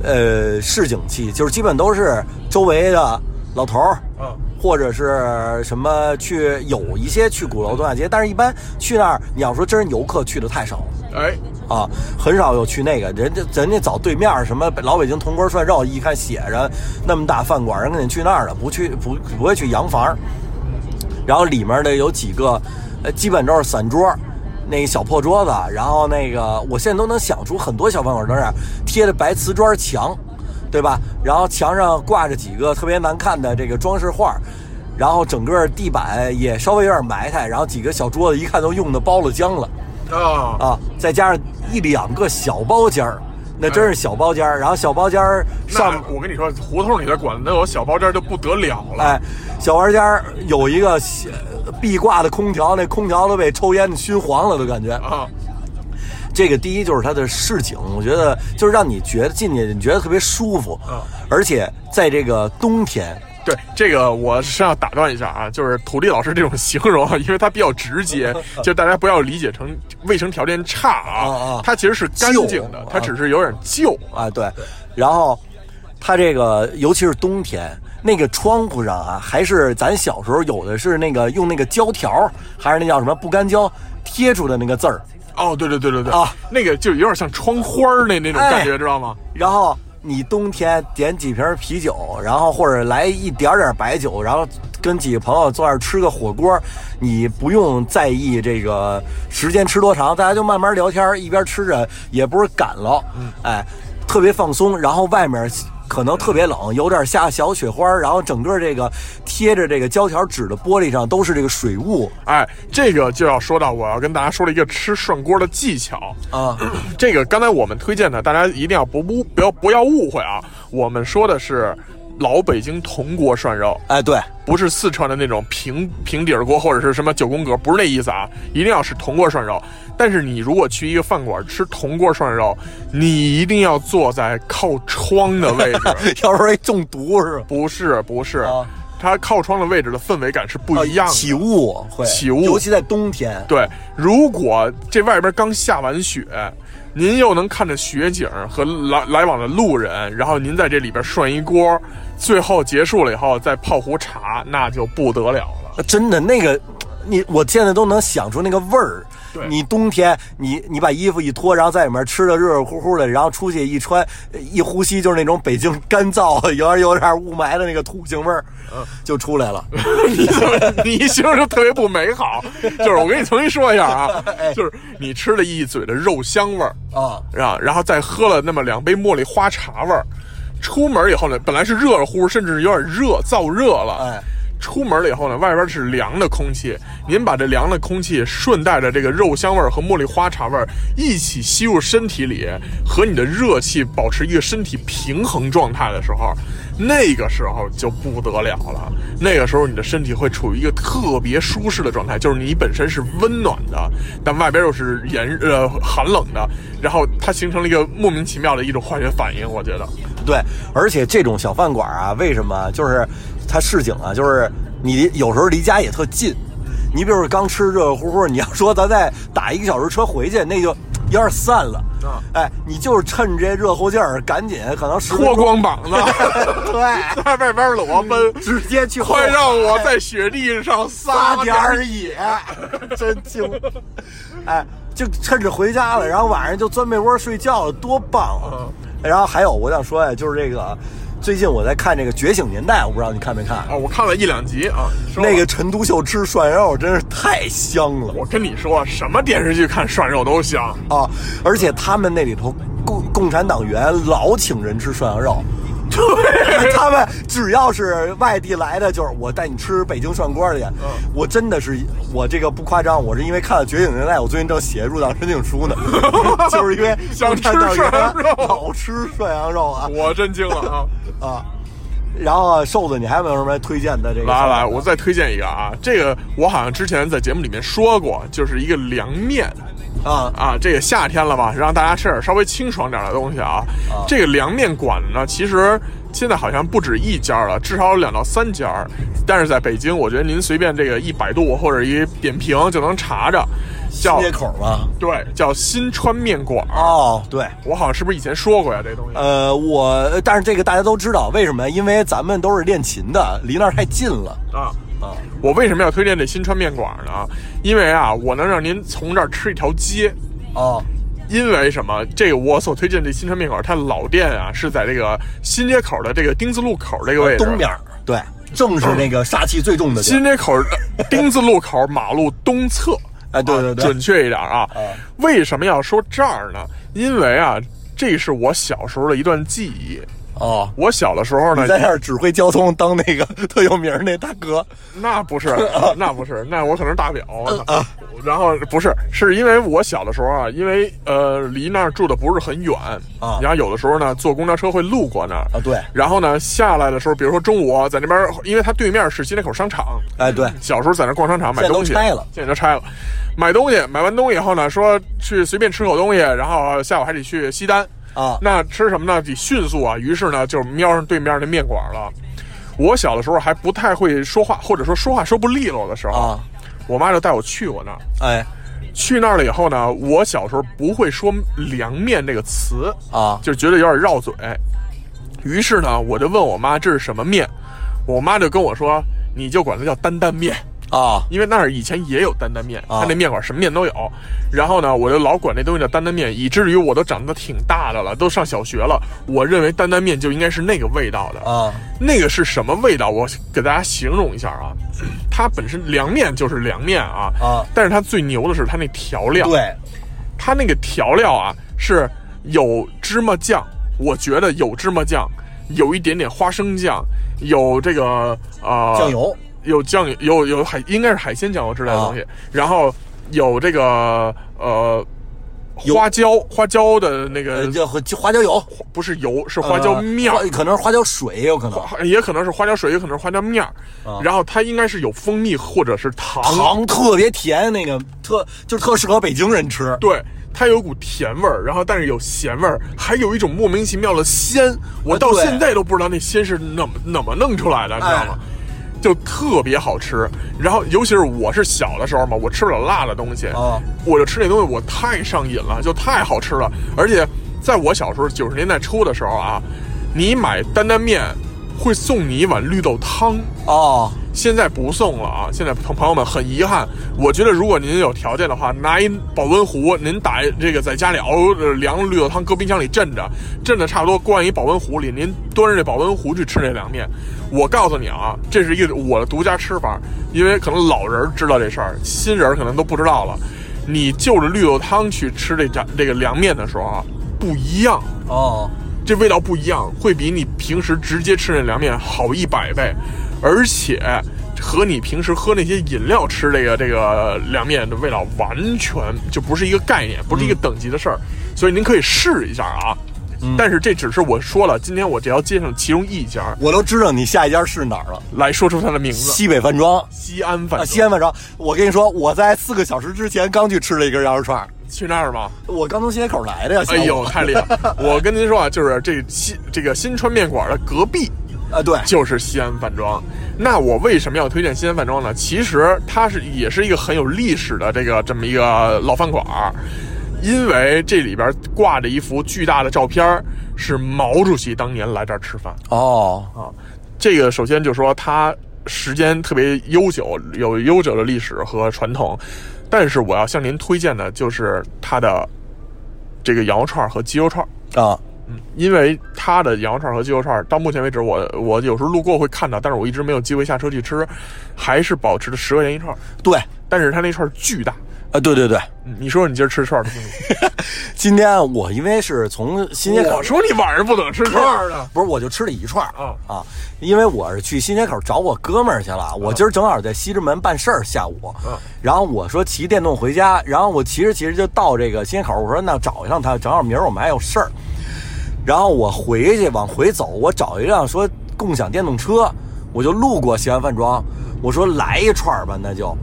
呃，市井气，就是基本都是周围的老头儿，嗯或者是什么去有一些去鼓楼东大街，但是一般去那儿，你要说真是游客去的太少了。哎，啊，很少有去那个，人家人家找对面儿什么老北京铜锅涮肉，一看写着那么大饭馆，人肯定去那儿了，不去不不会去洋房。然后里面的有几个，呃，基本都是散桌，那个小破桌子，然后那个我现在都能想出很多小饭馆都是贴的白瓷砖墙，对吧？然后墙上挂着几个特别难看的这个装饰画儿。然后整个地板也稍微有点埋汰，然后几个小桌子一看都用的包了浆了。啊，啊，再加上一两个小包间儿，那真是小包间儿。然后小包间儿上哎那，我跟你说，胡同里的馆子那有小包间就不得了了，哎，小包间儿有一个小壁挂的空调，那空调都被抽烟熏黄了，都感觉。啊，这个第一就是它的市井，我觉得就是让你觉得进去你觉得特别舒服嗯，而且在这个冬天，对这个我是要打断一下啊，就是土地老师这种形容啊，因为它比较直接， 就大家不要理解成卫生条件差啊啊啊，它其实是干净的旧，它只是有点旧，啊，对，然后它这个尤其是冬天，那个窗户上啊，还是咱小时候有的是那个用那个胶条儿，还是那叫什么不干胶贴出的那个字儿，哦，对对对对对啊，那个就有点像窗花儿那那种感觉，哎知道吗？然后你冬天点几瓶啤酒，然后或者来一点点白酒，然后跟几个朋友坐那儿吃个火锅，你不用在意这个时间吃多长，大家就慢慢聊天，一边吃着也不是赶了，嗯哎，特别放松。然后外面。可能特别冷，有点下小雪花，然后整个这个贴着这个胶条纸的玻璃上都是这个水雾哎，这个就要说到我要跟大家说了一个吃涮锅的技巧。 啊，这个刚才我们推荐的，大家一定要不不不要不要误会啊，我们说的是老北京铜锅涮肉，哎，对， 不是四川的那种平平底儿锅或者是什么九宫格，不是那意思啊，一定要是铜锅涮肉。但是你如果去一个饭馆吃铜锅涮肉，你一定要坐在靠窗的 位置，要不然中毒是吧？不是不是，啊它靠窗的位置的氛围感是不一样的。起雾会起雾尤其在冬天。对，如果这外边刚下完雪，您又能看着雪景和来来往的路人，然后您在这里边涮一锅，最后结束了以后再泡壶茶，那就不得了了。真的那个，你我现在都能想出那个味儿对。你冬天，你你把衣服一脱，然后在里面吃的热热乎乎的，然后出去一穿，一呼吸就是那种北京干燥，有点有点雾霾的那个土腥味儿，就出来了。 你怎么你一形容就特别不美好？就是我跟你重新说一下啊，就是你吃了一嘴的肉香味儿，啊，啊，然后再喝了那么两杯茉莉花茶味儿。出门以后呢，本来是热乎，甚至有点热，燥热了。哎，出门了以后呢，外边是凉的空气，您把这凉的空气顺带着这个肉香味儿和茉莉花茶味儿一起吸入身体里，和你的热气保持一个身体平衡状态的时候，那个时候就不得了了。那个时候你的身体会处于一个特别舒适的状态，就是你本身是温暖的，但外边又是炎呃寒冷的，然后它形成了一个莫名其妙的一种化学反应，我觉得。对，而且这种小饭馆啊，为什么就是它市井啊，就是你有时候离家也特近。你比如说刚吃热乎乎，你要说咱再打一个小时车回去，那就有点散了。啊哎，你就是趁这热乎劲儿，赶紧可能十分脱钟光膀子，对，在外边裸奔，直接去快让我在雪地上撒撒点点儿儿野，真精！哎，就趁着回家了，然后晚上就钻被窝睡觉了，多棒啊！然后还有我想说呀，就是这个最近我在看这个《觉醒年代》，我不知道你看没看啊！。我看了一两集啊，说吧那个陈独秀吃涮肉真是太香了我跟你说，什么电视剧看涮肉都香，啊！而且他们那里头共共产党员老请人吃涮 羊肉，对，他们只要是外地来的，就是我带你吃北京涮锅去。嗯我真的是，我这个不夸张，我是因为看了《觉醒年代》，我最近正写入党申请书 呢，就是因为想共吃产党员涮羊肉老吃涮羊肉啊我真惊了 啊！啊！然后啊瘦子，你还有没有什么推荐的这个？来来，我再推荐一个啊，这个我好像之前在节目里面说过，就是一个凉面啊啊，这个夏天了吧，让大家吃点稍微清爽点的东西啊。这个凉面馆呢，其实现在好像不止一家了，至少有两到三家儿。但是在北京，我觉得您随便这个一百度或者一点评就能查着，叫街口吗？对叫新川面馆儿。哦，对。我好像是不是以前说过呀？这东西呃，我但是这个大家都知道，为什么？因为咱们都是练琴的，离那儿太近了啊，啊！我为什么要推荐这新川面馆呢？因为啊，我能让您从这儿吃一条街。哦，因为什么？这个我所推荐这新川面馆，它老店啊是在这个新街口的这个丁字路口这个位置，呃东边儿对，正是那个杀气最重的地儿新。街口呃丁字路口马路东侧。哎 对对对准确一点 啊。为什么要说这儿呢？因为啊，这是我小时候的一段记忆。哦，我小的时候呢你，在那儿指挥交通，当那个特有名儿那大哥。 那不 是，那不是，那我可能是大表。嗯 然后不是，是因为我小的时候啊，因为呃离那儿住的不是很远啊然后有的时候呢坐公交车会路过那儿啊对然后呢下来的时候，比如说中午啊在那边，因为它对面是新街口商场，哎，对， 小时候在那逛商场买东西，现在都拆了现在都拆了。买东西，买完东西以后呢，说去随便吃口东西，然后下午还得去西单啊那吃什么呢？得迅速啊，于是呢就瞄上对面的面馆了。我小的时候还不太会说话，或者说说话说不利落的时候，啊我妈就带我去我那儿。哎，去那儿了以后呢，我小时候不会说“凉面”这个词啊就觉得有点绕嘴。于是呢，我就问我妈这是什么面，我妈就跟我说，你就管它叫担担面。啊因为那儿以前也有担担面，啊他那面馆什么面都有。然后呢，我就老管那东西叫担担面，以至于我都长得挺大的了，都上小学了，我认为担担面就应该是那个味道的。啊那个是什么味道？我给大家形容一下啊，它本身凉面就是凉面啊，啊但是它最牛的是它那调料，对，它那个调料啊是有芝麻酱，我觉得有芝麻酱，有一点点花生酱，有这个呃酱油啊有酱油，有有海，应该是海鲜酱油之类的东西，然后有这个呃有花椒花椒的那个呃，叫和就花椒油、不是油，是花椒面儿呃花可能是花啊椒水，也有可能花也可能是花椒水，也可能是花椒面儿。然后它应该是有蜂蜜或者是糖，糖啊特别甜，那个特就是特适合北京人吃。对，它有股甜味儿，然后但是有咸味儿，还有一种莫名其妙的鲜，我啊到对现在都不知道那鲜是怎么怎么弄出来的，你知道吗？哎就特别好吃，然后尤其是我是小的时候嘛，我吃不了辣的东西，哦我就吃那东西，我太上瘾了，就太好吃了。而且在我小时候九十年代初的时候啊，你买担担面会送你一碗绿豆汤，哦，现在不送了啊！现在朋朋友们很遗憾，我觉得如果您有条件的话，拿一保温壶，您打一这个在家里熬呃凉绿豆汤，搁冰箱里镇着，镇的差不多，灌一保温壶里，您端着这保温壶去吃这凉面。我告诉你啊，这是一个我的独家吃法，因为可能老人知道这事儿，新人可能都不知道了。你就着绿豆汤去吃这家这个凉面的时候啊，不一样。哦，这味道不一样，会比你平时直接吃那凉面好一百倍，而且和你平时喝那些饮料吃这个这个凉面的味道完全就不是一个概念，不是一嗯个等级的事儿，所以您可以试一下啊。但是这只是我说了，今天我只要介绍其中一家我都知道你下一家是哪儿了，来说出它的名字西北饭庄。 ——西安饭啊，店。西安饭庄，我跟你说，我在四个小时之前刚去吃了一根羊肉串儿，去那儿吗？我刚从新街口来的呀。哎下午呦，，太厉害！ 我跟您说啊，就是这西这个新川面馆的隔壁。啊对，就是西安饭庄。那我为什么要推荐西安饭庄呢？其实它是也是一个很有历史的这个这么一个老饭馆儿，因为这里边挂着一幅巨大的照片儿，是毛主席当年来这儿吃饭。哦，这个首先就说它时间特别悠久，有悠久的历史和传统。但是我要向您推荐的就是它的这个羊肉串儿和鸡肉串儿。啊，因为它的羊肉串和鸡肉串，到目前为止我我有时候路过会看到，但是我一直没有机会下车去吃，还是保持着十块钱一串，对，但是它那串巨大。啊，对对对，嗯你说你今儿吃串的， 今天我因为是从新街口我，说你晚上不能吃串的，不是，我就吃了一串儿啊啊，因为我是去新街口找我哥们儿去了，我今儿正好在西直门办事儿，下午啊，然后我说骑电动回家，然后我骑着骑着就到这个新街口，我说那找一趟他，正好明儿我们还有事儿，然后我回去往回走，我找一辆说共享电动车，我就路过西安饭庄，我说来一串儿吧，那就。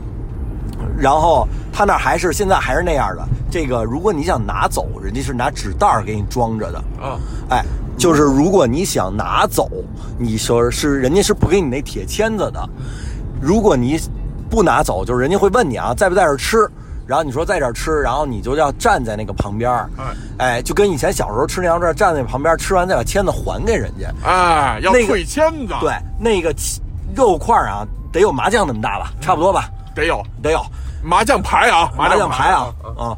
然后他那儿还是现在还是那样的，这个如果你想拿走，人家是拿纸袋儿给你装着的啊。哎，就是如果你想拿走，你说是人家是不给你那铁签子的，如果你不拿走，就是人家会问你啊，在不在这儿吃。然后你说在这儿吃，然后你就要站在那个旁边儿哎哎，就跟以前小时候吃那羊肉串，站在旁边儿吃完再把签子还给人家。哎，要那个退签子，对，，那个切肉块儿啊，得有麻将那么大吧，差不多吧，得有得有麻将牌啊，麻将将牌啊啊，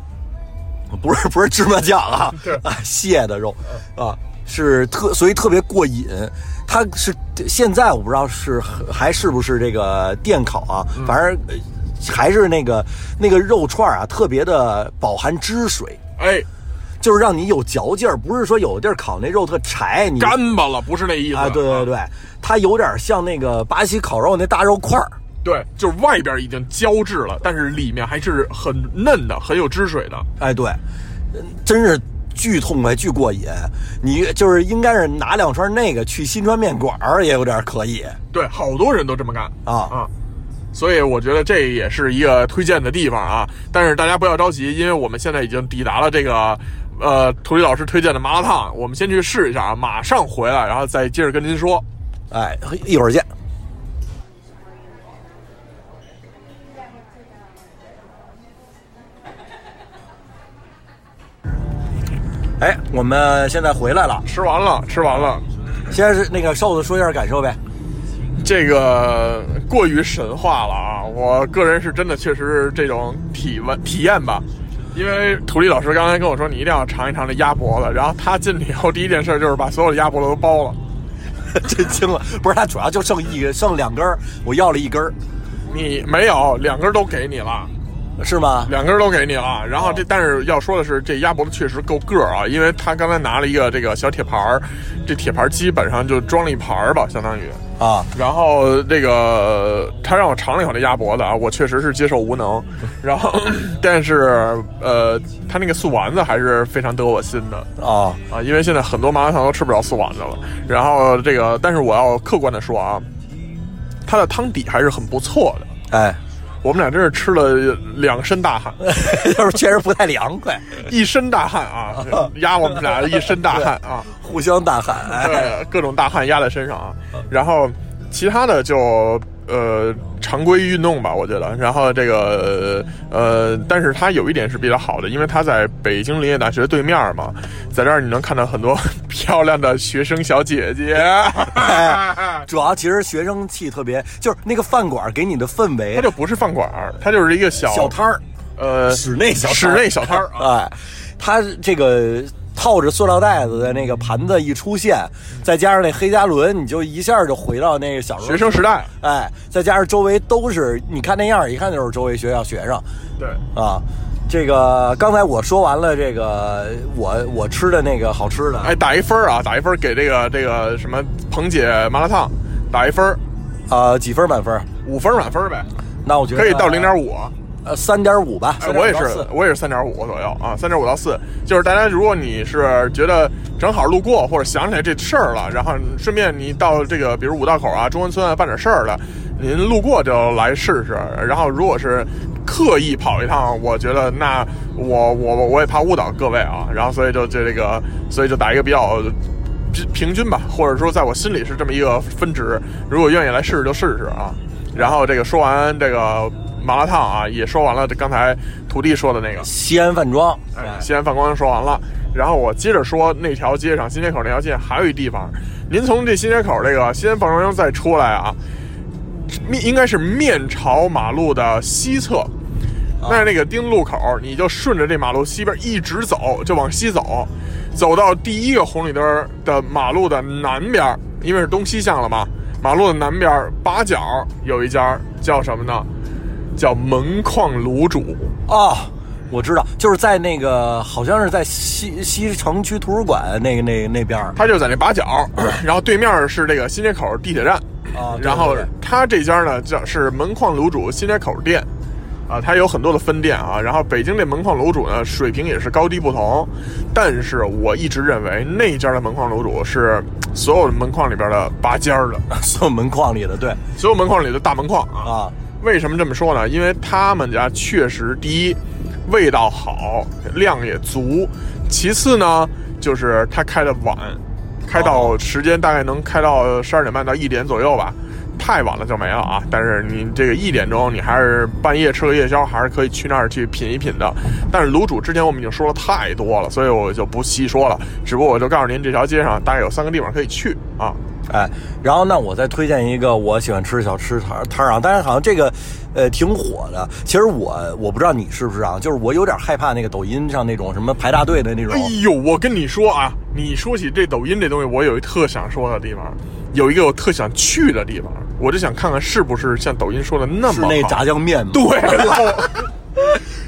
不是 不是芝麻酱啊是，啊蟹的肉啊，是特所以特别过瘾。它是现在我不知道是还是不是这个电烤啊，反正呃还是那个那个肉串儿啊，特别的饱含汁水。哎，就是让你有嚼劲儿，不是说有的地儿烤那肉特柴，你干巴了，不是那意思啊，对对对，它有点像那个巴西烤肉那大肉块儿，对，就是外边已经胶质了，但是里面还是很嫩的，很有汁水的。哎，对，嗯真是巨痛快，巨过瘾。你就是应该是拿两串那个去新川面馆儿也有点可以对，好多人都这么干啊啊，所以我觉得这也是一个推荐的地方啊。但是大家不要着急，因为我们现在已经抵达了这个呃图里老师推荐的麻辣烫，我们先去试一下啊，马上回来，然后再接着跟您说。哎，一会儿见。哎，我们现在回来了，吃完了，吃完了，先是那个瘦子说一下感受呗。 这个过于神话了啊！我个人是真的确实这种体温体验吧，因为土里老师刚才跟我说，你一定要尝一尝这鸭脖子，然后他进去以后第一件事就是把所有的鸭脖子都剥了。真惊了，不是他主要就剩一个，剩两根儿，我要了一根儿，你没有两根儿都给你了，是吗？两根儿都给你了。然后这，但是要说的是，这鸭脖子确实够个儿啊，因为他刚才拿了一个这个小铁盘儿，这铁盘儿基本上就装了一盘儿吧，相当于啊，然后这个他让我尝了一口那鸭脖子啊，我确实是接受无能。然后， 但是呃，他那个素丸子还是非常得我心的啊，啊，因为现在很多麻辣烫都吃不了素丸子了。然后这个，但是我要客观的说啊，它的汤底还是很不错的。哎，我们俩真是吃了两身大汗， 就是确实不太凉快， 一身大汗啊，压我们俩一身大汗啊。互相大喊，哎，对，各种大汗压在身上啊。嗯然后其他的就呃常规运动吧，我觉得。然后这个呃，但是它有一点是比较好的，因为它在北京林业大学对面嘛，在这儿你能看到很多 漂亮的学生小姐 姐。主要其实学生气特别，就是那个饭馆给你的氛它围，就不是饭馆儿，它就是一个小小摊儿，呃室内小摊儿室内小摊儿啊。哎，它这个套着塑料袋子的那个盘子一出现，再加上那黑加仑，你就一下就回到那个小时候学生时代，哎，再加上周围都是，你看那样儿一看就是周围学校学生对，啊。这个刚才我说完了，这个我我吃的那个好吃的，哎，打一分儿啊，打一分儿给这个这个什么彭姐麻辣烫，打一分儿，啊、几分满分？五分儿满分儿呗，那我觉得可以到零点，五。呃，啊三点五吧。哎我也是3.4，我也是三点五左右啊，三点五到四。就是大家，如果你是觉得正好路过或者想起来这事儿了，然后顺便你到这个，比如五道口啊、中关村啊办点事儿了，您路过就来试试。然后如果是刻意跑一趟，我觉得那我我我我也怕误导各位啊，然后所以就这这个，所以就打一个比较。平平均吧，或者说在我心里是这么一个分值。如果愿意来试试就试试啊。然后这个说完这个麻辣烫啊，也说完了。这刚才徒弟说的那个，西安饭庄，哎，西安饭光说完了。然后我接着说那条街上，新街口那条街还有一地方，您从这新街口这个西安饭庄再出来啊，面应该是面朝马路的西侧。那那个丁路口，你就顺着这马路西边一直走，就往西走，走到第一个红绿灯的马路的南边，因为是东西向了嘛。马路的南边八角有一家叫什么呢？叫门框卤煮。哦，我知道，就是在那个好像是在西西城区图书馆那个那那边儿 他就在那八角， 然后对面是这个新街口地铁站，啊对然后对对他这家呢叫是门框卤煮新街口店，啊，它有很多的分店啊，然后北京这门框卤煮呢水平也是高低不同，但是我一直认为那家的门框卤煮是所有的门框里边的拔尖 儿的，所有门框里的，对所有门框里的大门框啊，啊，为什么这么说呢？因为他们家确实第一，味道好，量也足；其次呢，就是他开的晚，开到时间大概能开到十二点半到一点左右吧。太晚了就没了啊！但是你这个一点钟，你还是半夜吃个夜宵，还是可以去那儿去品一品的。但是卤煮之前我们已经说了太多了，所以我就不细说了。只不过我就告诉您，这条街上大概有三个地方可以去啊。哎，然后那我再推荐一个我喜欢吃的小吃摊儿摊儿啊，当然好像这个，呃，挺火的。其实我我不知道你是不是啊，就是我有点害怕那个抖音上那种什么排大队的那种哎呦，我跟你说啊，你说起这抖音这东西，我有一特想说的地方，有一个我特想去的地方，我就想看看是不是像抖音说的那室么内好炸酱面嘛。对了，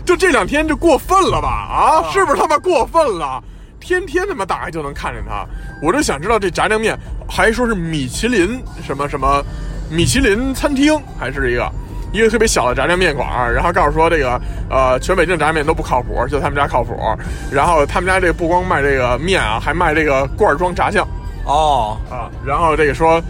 就这两天就过分了吧？啊，是不是他妈过分了？天天他妈打开就能看见他，我就想知道这炸酱面还说是米其林什么什么米其林餐厅，还是一个一个特别小的炸酱面馆儿，然后告诉说这个呃全北京炸酱面都不靠谱，就他们家靠谱。然后他们家这不光卖这个面啊，还卖这个罐装炸酱。哦，啊，然后这个说，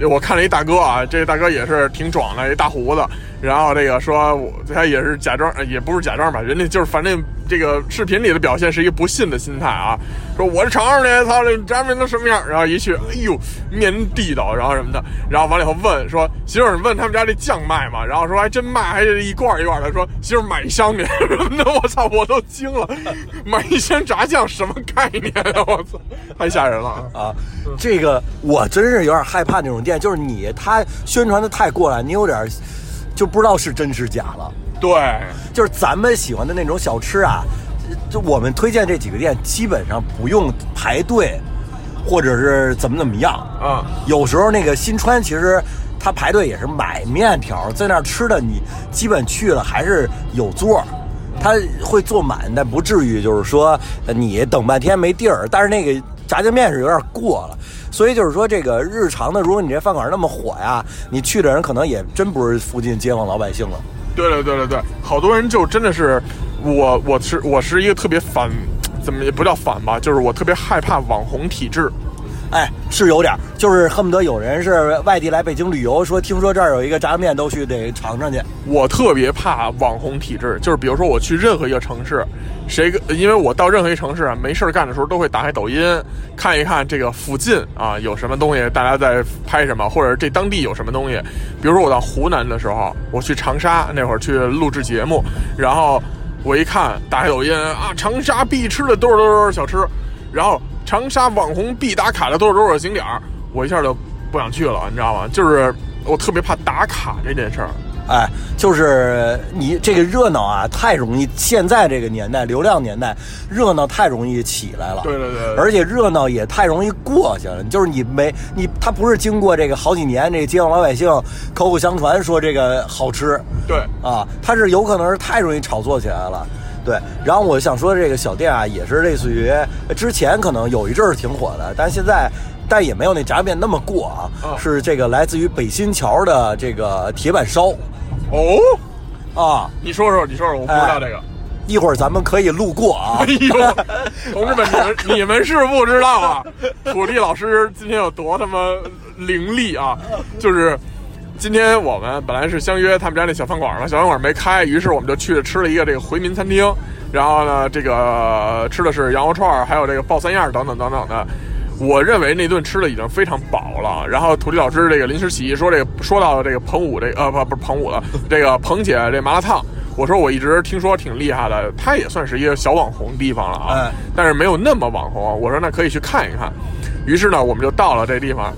我看了一大哥啊，这大哥也是挺壮的，一大胡子，然后这个说我他也是假装，呃也不是假装吧，人家就是反正这个视频里的表现是一个不信的心态啊，说我这尝尝去，操这炸面都什么样？然后一去，哎呦，面地道，然后什么的，然后完了以后问说媳妇儿，你问他们家这酱卖吗？然后说还真卖，还是一罐儿一罐儿的，说媳妇儿买一箱去， 那我操，我都惊了， 买一箱炸酱什么概念啊？我操，太吓人了啊！啊，这个我真是有点害怕那种店，就是你他宣传的太过来，你有点儿就不知道是真是假了。对。就是咱们喜欢的那种小吃啊，就我们推荐这几个店，基本上不用排队，或者是怎么怎么样嗯有时候那个新川其实他排队也是买面条，在那儿吃的，你基本去了还是有座儿。他会坐满，但不至于就是说呃你等半天没地儿。但是那个炸酱面是有点过了，所以就是说，这个日常的，如果你这饭馆那么火呀，你去的人可能也真不是附近街坊老百姓了。对对对对对，好多人就真的是我，我是我是一个特别反，怎么也不叫反吧，就是我特别害怕网红体制。哎，是有点儿，就是恨不得有人是外地来北京旅游，说听说这儿有一个炸酱面，都去得尝尝去。我特别怕网红体制，就是比如说我去任何一个城市，谁跟因为我到任何一个城市啊，没事儿干的时候都会打开抖音看一看这个附近啊有什么东西，大家在拍什么，或者这当地有什么东西。比如说我到湖南的时候，我去长沙那会儿去录制节目，然后我一看打开抖音啊，长沙必吃的多少多少多少小吃，然后长沙网红必打卡的多少多少景点儿，我一下就不想去了，你知道吗？就是我特别怕打卡这件事儿。哎，就是你这个热闹啊，太容易。现在这个年代，流量年代，热闹太容易起来了。对对对对而且热闹也太容易过去了。就是你没你，它不是经过这个好几年，这个街坊老百姓口口相传说这个好吃，对，啊，它是有可能是太容易炒作起来了。对，然后我想说这个小店啊，也是类似于呃之前可能有一阵儿挺火的，但现在但也没有那炸酱面那么过啊。嗯是这个来自于北新桥的这个铁板烧哦，啊，你说说，你说说，我不知道这个。一会儿咱们可以路过啊哎。呦，同志们，你们你们是不知道啊，土地老师今天有多他妈伶俐啊！就是今天我们本来是相约他们家那小饭馆嘛，小饭馆没开，于是我们就去吃了一个这个回民餐厅，然后呢，这个呃吃的是羊肉串儿，还有这个爆三样儿等等等等的。我认为那顿吃的已经非常饱了。然后土地老师这个临时起意说这个说到这个彭武这个呃不不是彭武了，这个彭姐这麻辣烫，我说我一直听说挺厉害的，她也算是一个小网红地方了啊，哎但是没有那么网红。啊我说那可以去看一看。于是呢，我们就到了这地方，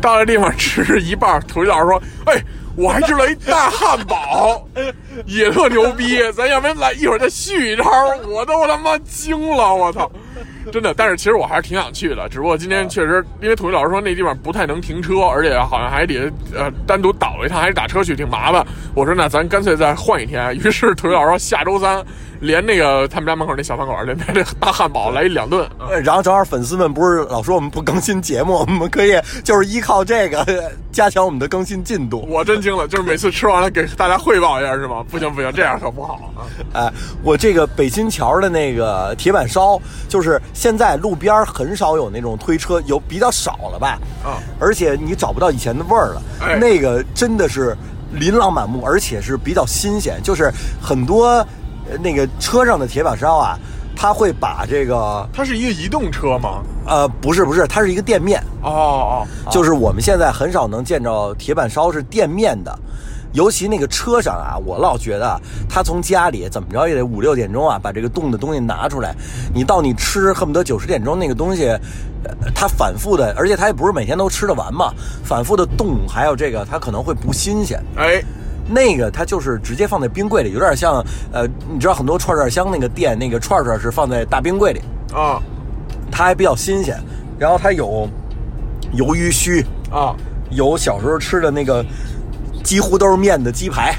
到这地方吃一半，土地老师说：“哎。”我还吃了一大汉堡，也特牛逼。咱要不然来一会儿再续一招，我都他妈惊了，我操！真的，但是其实我还是挺想去的，只不过今天确实，因为土地老师说那地方不太能停车，而且好像还得呃单独倒一趟，还得打车去，挺麻烦。我说那咱干脆再换一天。于是土地老师说下周三连那个他们家门口那小饭馆，连那那大汉堡来一两顿。啊呃然后正好粉丝们不是老说我们不更新节目，我们可以就是依靠这个呃加强我们的更新进度。我真惊了，就是每次吃完了给大家汇报一下是 吗？不行不行，这样可不好啊！哎，我这个北新桥的那个铁板烧，就是现在路边儿很少有那种推车，有比较少了吧？啊而且你找不到以前的味儿了。哎那个真的是琳琅满目，而且是比较新鲜，就是很多呃那个车上的铁板烧啊，它会把这个它是一个移动车吗？呃不是不是，它是一个店面，哦哦，就是我们现在很少能见着铁板烧是店面的，尤其那个车上啊，我老觉得啊他从家里怎么着也得五六点钟啊，把这个冻的东西拿出来，你到你吃恨不得九十点钟那个东西，呃他反复的，而且他也不是每天都吃得完嘛，反复的冻，还有这个他可能会不新鲜。哎，那个它就是直接放在冰柜里，有点像呃，你知道很多串串香那个店，那个串串是放在大冰柜里，啊它还比较新鲜，然后它有鱿鱼须，啊有小时候吃的那个几乎都是面的鸡排，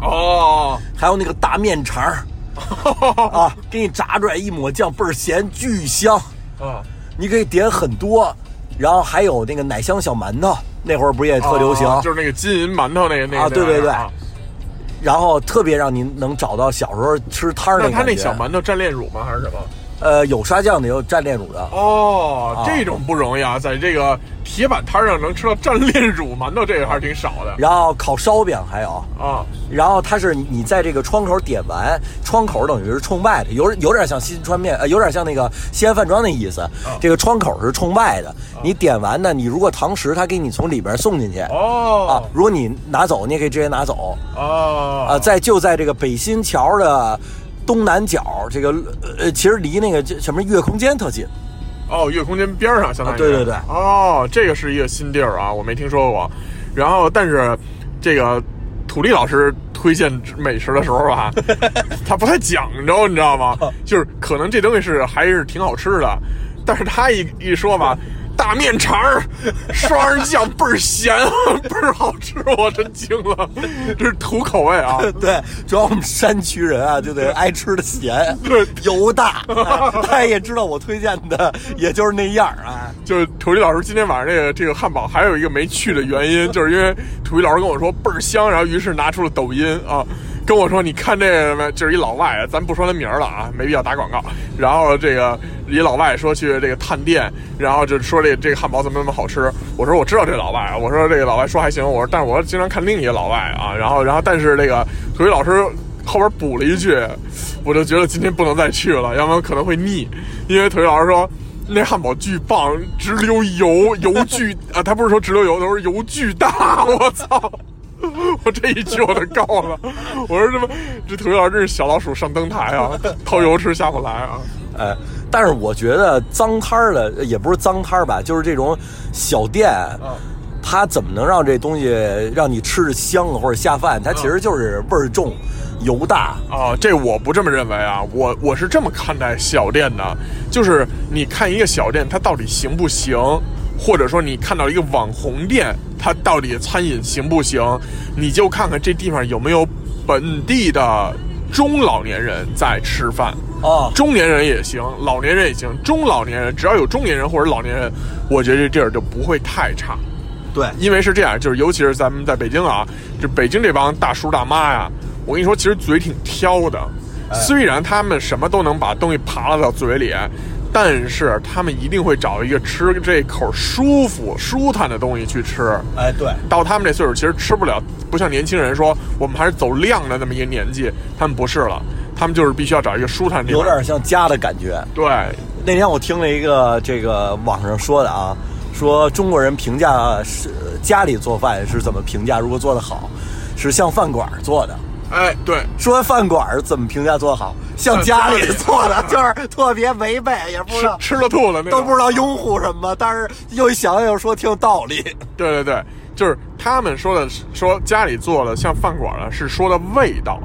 哦，还有那个大面 肠儿啊，给你炸出来一抹酱，倍儿咸，巨香。啊你可以点很多，然后还有那个奶香小馒头，那会儿不是也特流行？啊就是那个金银馒头那个那个啊对对对啊然后特别让您能找到小时候吃摊儿那那他感那觉。小馒头蘸炼乳吗？还是什么？呃，有刷酱的，有蘸炼乳的。哦，这种不容易啊，在这个铁板摊上能吃到蘸炼乳馒头，这个还是挺少的然后烤烧饼还有，啊。然后它是你在这个窗口点完，窗口等于是冲外的，有有点像新川面，呃，有点像那个西安饭庄那意思。这个窗口是冲外的，你点完呢，你如果堂食，他给你从里边送进去。啊哦，如果你拿走，你也可以直接拿走。哦啊，在就在这个北新桥的东南角，这个呃，其实离那个这什么月空间特近。哦，月空间边儿上相当于、啊对对对哦，这个是一个新地儿啊，我没听说过。然后，但是这个土地老师推荐美食的时候 吧，他不太讲究，你哦知道吗？就是可能这东西是还是挺好吃的，但是他一一说吧，大面肠儿，双人酱倍儿咸， 倍儿好吃，我真惊了，这是土口味啊！ 对，主要我们山区人啊，就得爱吃的 咸，油大。哎大家也知道我推荐的，也就是那样儿啊。就是土地老师今天晚上这个这个汉堡还有一个没去的原因，就是因为土地老师跟我说倍儿香，然后于是拿出了抖音啊，跟我说你看这个没，就是一老外啊，咱不说他名儿了啊， 没必要打广告。然后这个一老外说去这个探店，然后就说这这个汉堡怎么怎么好吃。我说我知道这老外啊，我说这个老外说还行，我说但是我经常看另一个老外啊，然后然后但是这个土地老师。后边补了一句，我就觉得今天不能再去了，要不然可能会腻。因为土地老师说那汉堡巨棒，直流油， 油巨啊，他不是说直流油，他说油巨大， 我操！我这一句我就够了，我说这么这土地老师真是小老鼠上灯台啊，掏油吃下不来啊。哎，但是我觉得脏摊儿的也不是脏摊儿吧，就是这种小店，它怎么能让这东西让你吃着香或者下饭？它其实就是味儿重、油大。啊，这我不这么认为啊，我我是这么看待小店的，就是你看一个小店它到底行不行，或者说你看到一个网红店它到底餐饮行不行，你就看看这地方有没有本地的中老年人在吃饭。哦中年人也行，老年人也行，中老年人只要有中年人或者老年人，我觉得这地儿就不会太差。对因为是这样，就是尤其是咱们在北京啊，就北京这帮大叔大妈呀，我跟你说，其实嘴挺挑的。哎虽然他们什么都能把东西扒拉到嘴里，但是他们一定会找一个吃这口舒服、舒坦的东西去吃。哎，对，到他们这岁数，其实吃不了，不像年轻人说我们还是走量的那么一个年纪，他们不是了，他们就是必须要找一个舒坦的地有方。点像家的感觉。对，那天我听了一个这个网上说的啊，说中国人评价是呃家里做饭是怎么评价，如果做得好，是像饭馆儿做的。哎，对，说饭馆儿怎么评价做得好，像家里做的，就是特别违背，也不知吃道吃了吐了那种都不知道拥护什么，但是又一想又说挺有道理。对对对，就是他们说的，说家里做的像饭馆了，是说的味道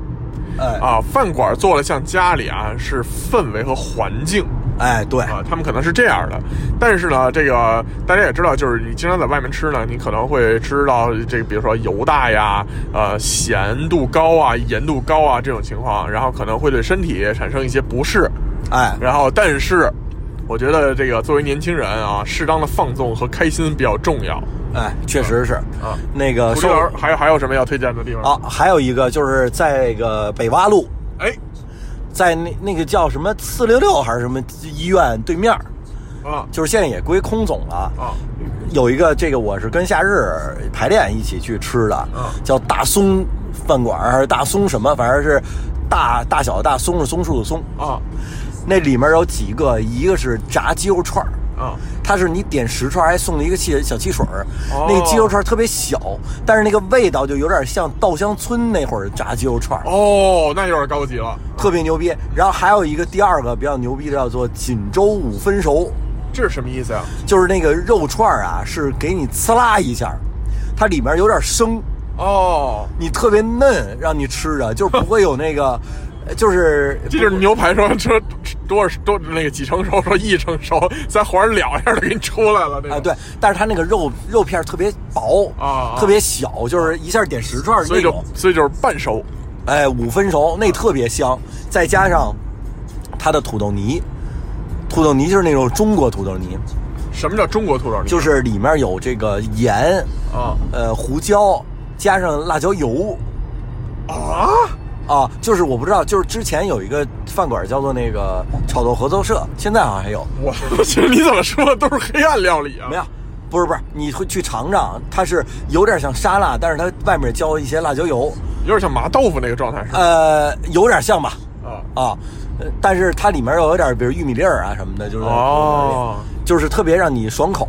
哎啊；饭馆做的像家里啊，是氛围和环境哎，对，啊。他们可能是这样的，但是呢，这个大家也知道，就是你经常在外面吃呢，你可能会吃到这个，比如说油大呀、呃咸度高啊、盐度高啊这种情况，然后可能会对身体产生一些不适。哎，然后，但是我觉得这个作为年轻人啊，适当的放纵和开心比较重要。哎，确实是啊那个土说豆儿还有还有什么要推荐的地方？呃啊，还有一个就是在那个北洼路，哎，在那那个叫什么四零六还是什么医院对面儿，啊就是现在也归空总了。啊，有一个这个我是跟夏日排练一起去吃的，嗯叫大松饭馆儿还是大松什么，反正是大大小的大松是松树的松。啊那里面有几个，一个是炸鸡肉串儿。啊它是你点十串儿还送了一个汽小汽水儿，哦那个鸡肉串儿特别小，但是那个味道就有点像稻香村那会儿炸鸡肉串儿，哦，那有点高级了。特别牛逼。然后还有一个第二个比较牛逼的叫做锦州五分熟，这是什么意思呀、就是那个肉串儿啊，是给你呲啦一下儿，它里面有点生，哦，你特别嫩，让你吃着就不会有那个，呃就是 这就是牛排说说多少多那个几成熟，说一成熟，咱火儿燎一下就给你出来了。这个啊，对，但是它那个肉肉片儿特别薄啊啊特别小，就是一下点十串儿所那以就种，所以就是半熟。哎，五分熟那特别香，再加上它的土豆泥，土豆泥就是那种中国土豆泥，什么叫中国土豆泥？就是里面有这个盐，啊呃，胡椒加上辣椒油啊啊，就是我不知道，就是之前有一个饭馆叫做那个炒豆合作社，现在好像还有，我 其实你怎么说的都是黑暗料理啊？没有，不是不是，你会去尝尝，它是有点像沙拉，但是它外面浇一些辣椒油，有点像麻豆腐那个状态是吧？呃，有点像吧，啊啊，呃但是它里面又有点，比如玉米粒儿啊什么的，就是哦，就是特别让你爽口，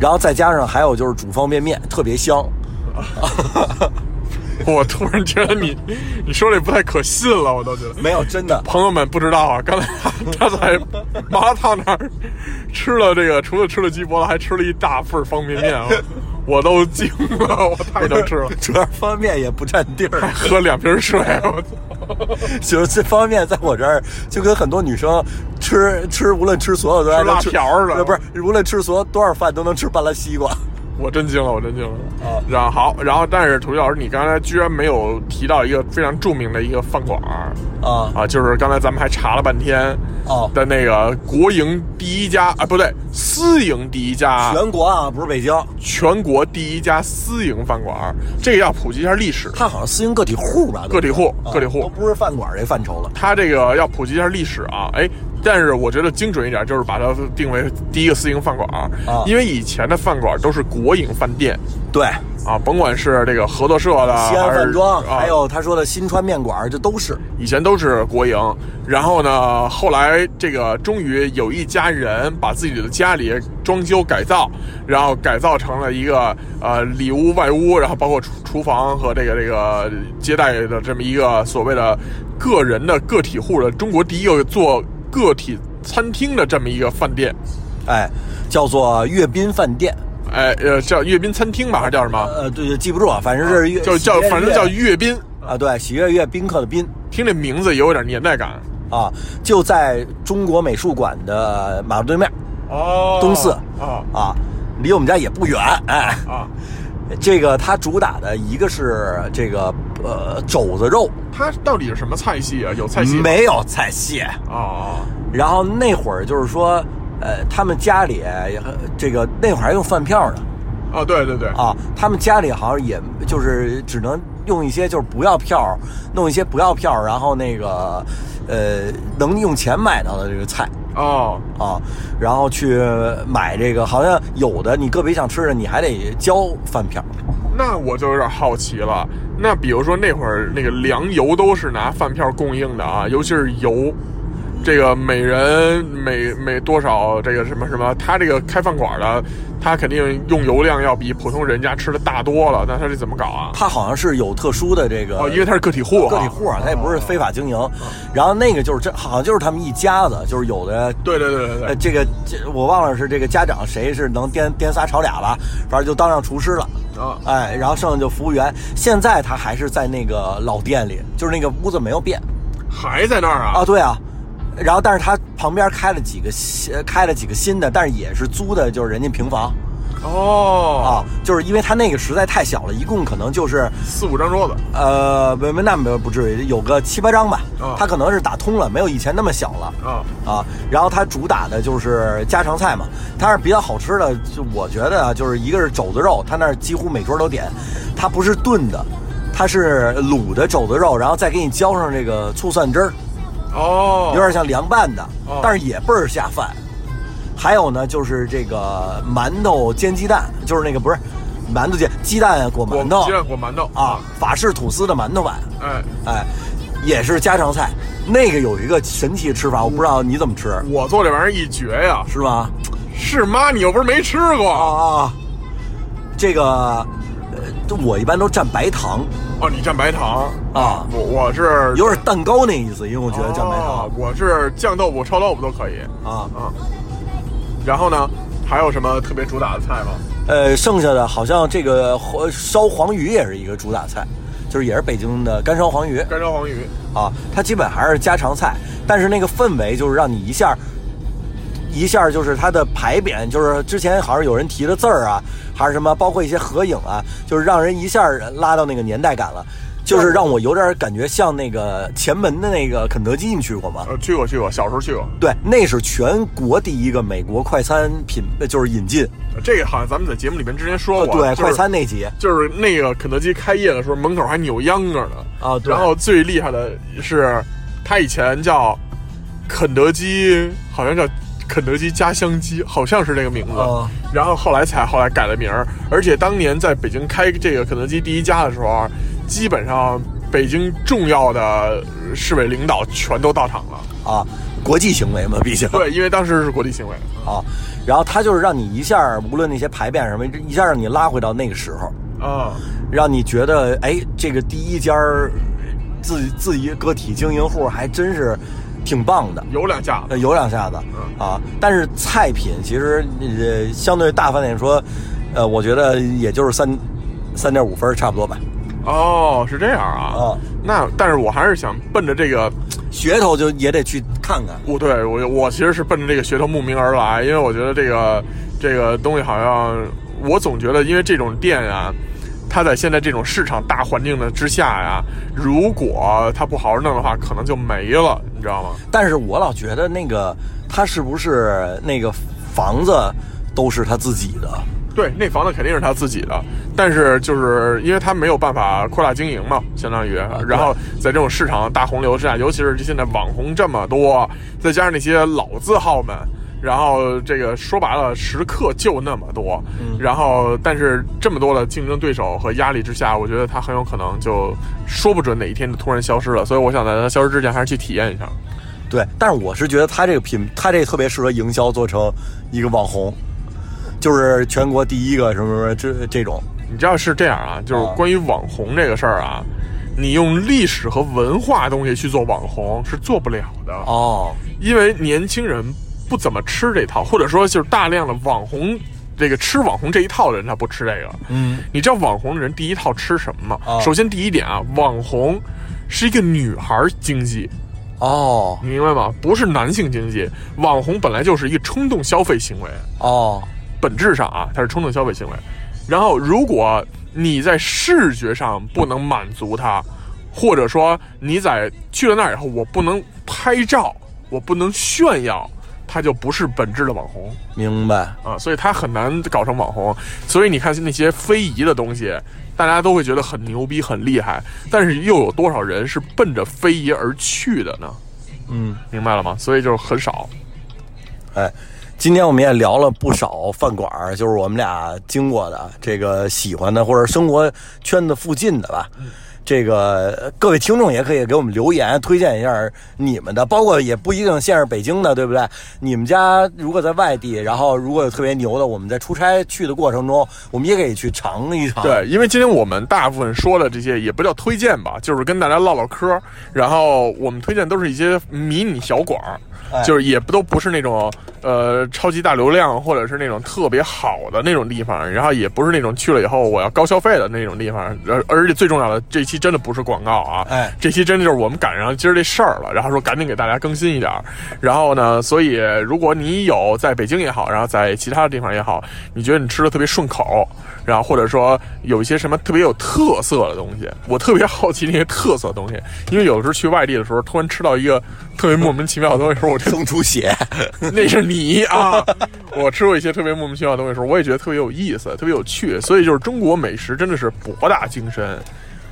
然后再加上还有就是煮方便面，特别香。我突然觉得你你说这不太可信了，我都觉得。没有，真的，朋友们不知道啊，刚才他他在麻辣烫那儿吃了这个，除了吃了鸡脖子，还吃了一大份儿方便面啊，我都 惊了，我太能吃了，主要是方便面也不占地儿。喝两瓶水，我操！就是这方面在我这儿就跟很多女生吃吃，无论吃所有多少吃辣吃条儿了不是，无论吃所有多少饭都能吃半拉西瓜。我真惊了，我真惊了。啊然后好，然后但是土豆老师，你刚才居然没有提到一个非常著名的一个饭馆儿啊啊，就是刚才咱们还查了半天哦的那个国营第一家啊，不对，私营第一家，全国啊，不是北京，全国第一家私营饭馆儿，这个要普及一下历史，它好像私营个体户吧？个体户，啊个体都户。不是饭馆这范畴了。它这个要普及一下历史啊，哎，但是我觉得精准一点就是把它定为第一个私营饭馆儿，啊因为以前的饭馆都是国营饭店，对，啊，甭管是这个合作社的，西安还是饭庄，啊、还有他说的新川面馆，这都是以前都是国营。然后呢，后来这个终于有一家人把自己的家里装修改造，然后改造成了一个呃里屋外屋，然后包括厨厨房和这个这个接待的这么一个呃所谓的个人的个体户的中国第一个做个体餐厅的这么一个饭店。哎，叫做阅兵饭店。哎，呃，叫阅兵餐厅吧，还是叫什么？呃，对，记不住啊，反正是阅就叫喜悦反正叫悦阅兵，啊，对，喜悦悦宾客的宾听这名字也有点年代感。啊，就在中国美术馆的马路对面哦，东四啊啊，离我们家也不远。哎，啊，这个它主打的一个是这个呃肘子肉，它到底是什么菜系啊？有菜系吗没有菜系。哦然后那会儿就是说，呃，他们家里呃这个那会儿还用饭票呢。哦，对对对，啊，他们家里好像也就是只能用一些就是不要票，弄一些不要票，然后那个呃能用钱买到的这个菜哦啊，然后去买这个，好像有的你个别想吃的你还得交饭票。那我就有点好奇了。那比如说那会儿那个粮油都是拿饭票供应的啊，尤其是油，这个每人每每多少这个什么什么，他这个开饭馆的，他肯定用油量要比普通人家吃的大多了。那他这怎么搞啊？它好像是有特殊的这个哦，因为他是个体户、啊，呃个体户啊，它也不是非法经营。然后那个就是这好像就是他们一家子，就是有的对对对对呃，对，这个这我忘了是这个家长谁是能颠颠仨炒俩吧，反正就当上厨师了。啊哎，然后剩下就服务员。现在他还是在那个老店里，就是那个屋子没有变还在那儿啊啊。对啊，然后但是他旁边开了几个新，开了几个新的，但是也是租的，就是人家平房哦呃啊，就是因为他那个实在太小了，一共可能就是四五张桌子，呃，没没那没有不至于，有个七八张吧啊。他可能是打通了，没有以前那么小了。啊啊，然后它主打的就是家常菜嘛，它是比较好吃的，就我觉得啊，就是一个是肘子肉，它那儿几乎每桌都点，它不是炖的，它是卤的肘子肉，然后再给你浇上这个醋蒜汁儿，哦，有点像凉拌的哦，但是也倍儿下饭。还有呢，就是这个馒头煎鸡蛋，就是那个不是馒头煎鸡蛋裹我馒头鸡蛋裹馒头啊，，法式吐司的馒头版，哎。哎，也是家常菜。那个有一个神奇的吃法，我不知道你怎么吃，我做这玩意儿一绝呀！是吧？是妈，你又不是没吃过啊，这个，呃，我一般都蘸白糖，哦。你蘸白糖啊我我是有点蛋糕那意思，因为我觉得蘸白哦我是酱豆腐、臭豆腐都可以。糖啊。嗯，然后呢，还有什么特别主打的菜吗？呃，剩下的好像这个黄烧黄鱼也是一个主打菜，就是也是北京的干烧黄鱼干烧黄鱼啊，它基本还是家常菜，但是那个氛围就是让你一下。一下就是它的牌匾，就是之前好像有人提的字儿啊，还是什么，包括一些合影啊，就是让人一下拉到那个年代感了，就是让我有点感觉像那个前门的那个肯德基，你去过吗？呃，去过去过，小时候去过。对，那是全国第一个美国快餐品，呃就是引进，这个好像咱们在节目里面之前说过，就呃对，是快餐那集就是那个肯德基开业的时候，门口还扭秧歌呢。啊，对，然后最厉害的是，它以前叫肯德基，好像叫肯德基家乡鸡，好像是这个名字。哦然后后来才后来改了名儿，而且当年在北京开这个肯德基第一家的时候，基本上北京重要的市委领导全都到场了。啊，国际行为嘛，毕竟对，因为当时是国际行为。啊，然后它就是让你一下，无论那些牌匾什么，一下让你拉回到那个时候，啊、让你觉得哎，这个第一家儿自自己个体经营户还真是挺棒的。有两家呃，有两下子啊，但是菜品其实呃，相对大饭店说，呃，我觉得也就是三三点五分儿差不多吧。哦，是这样啊。啊那但是我还是想奔着这个，噱头就也得去看看。我哦对我我其实是奔着这个噱头慕名而来，因为我觉得这个这个东西好像，我总觉得因为这种店啊。它在现在这种市场大环境的之下呀，如果它不好好弄的话，可能就没了，你知道吗？但是我老觉得那个他是不是那个房子都是他自己的？对，那房子肯定是他自己的，但是就是因为他没有办法扩大经营嘛，相当于，然后在这种市场大洪流之下，尤其是现在网红这么多，再加上那些老字号们，然后这个说白了，食客就那么多，然后但是这么多的竞争对手和压力之下，我觉得他很有可能就说不准哪一天就突然消失了，所以我想在它消失之前，还是去体验一下。对，但是我是觉得他这个品，他这个特别适合营销做成一个网红，就是全国第一个什么什么这这种。你知道是这样啊，就是啊关于网红这个事儿啊，你用历史和文化东西去做网红是做不了的，哦，因为年轻人不怎么吃这套，或者说就是大量的网红。这个吃网红这一套的人，他不吃这个。嗯，你知道网红的人第一套吃什么吗？啊首先第一点啊，网红是一个女孩儿经济，哦，你明白吗？不是男性经济。网红本来就是一个冲动消费行为。哦，本质上啊，它是冲动消费行为。然后，如果你在视觉上不能满足它，或者说你在去了那儿以后，我不能拍照，我不能炫耀，它就不是本质的网红明白。啊，所以它很难搞成网红。所以你看那些非遗的东西，大家都会觉得很牛逼、很厉害，但是又有多少人是奔着非遗而去的呢？嗯，明白了吗？所以就是很少。哎，今天我们也聊了不少饭馆儿，就是我们俩经过的这个喜欢的或者生活圈子附近的吧。这个呃各位听众也可以给我们留言，推荐一下你们的，包括也不一定限是北京的，对不对？你们家如果在外地，然后如果有特别牛的，我们在出差去的过程中，我们也可以去尝一尝。，对，因为今天我们大部分说的这些也不叫推荐吧，就是跟大家唠唠嗑儿。然后我们推荐都是一些迷你小馆儿，哎就是也不都不是那种呃超级大流量或者是那种特别好的那种地方，然后也不是那种去了以后我要高消费的那种地方。而而且最重要的，这期真的不是广告啊，哎 这期真的就是我们赶上今儿这事儿了，然后说赶紧给大家更新一点儿。然后呢，所以如果你有在北京也好，然后在其他的地方也好，你觉得你吃的特别顺口，然后或者说有一些什么特别有特色的东西，我特别好奇那些特色的东西，因为有的时候去外地的时候，突然吃到一个特别莫名其妙的东西的时候，我就生出血。 那是你啊！我吃过一些特别莫名其妙的东西的时候，我也觉得特别有意思，特别有趣。所以就是中国美食真的是博大精深。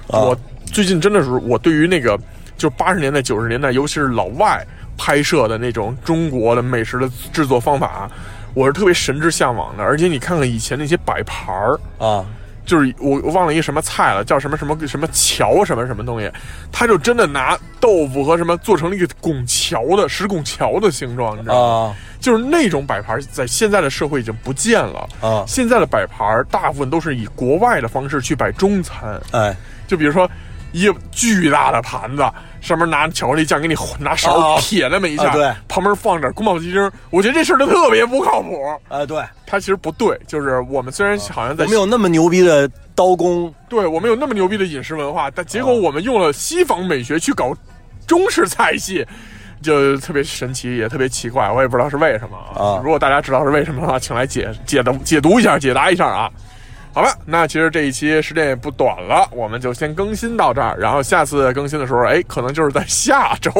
我最近真的是我对于那个就八十年代、九十年代，尤其是老外拍摄的那种中国的美食的制作方法，我是特别神之向往的。而且你看看以前那些摆盘儿，啊，就是我我忘了一个什么菜了，叫什么什么什么桥什么什么东西，他就真的拿豆腐和什么做成了一个拱桥的石拱桥的形状，你知道吗？啊就是那种摆盘，在现在的社会已经不见了。啊现在的摆盘大部分都是以国外的方式去摆中餐，哎，就比如说一个巨大的盘子，上面拿巧克力酱给你拿勺哦撇那么一下，啊对旁边放点宫保鸡丁，我觉得这事儿就特别不靠谱。哎，对，它其实不对，就是我们虽然好像我在们有那么牛逼的刀工，对我们有那么牛逼的饮食文化，但结果我们用了西方美学去搞中式菜系，就特别神奇，也特别奇怪，我也不知道是为什么啊如果大家知道是为什么的话，请来解解读解读一下，解答一下啊。好吧，那其实这一期时间也不短了，我们就先更新到这儿，然后下次更新的时候，哎，可能就是在下周，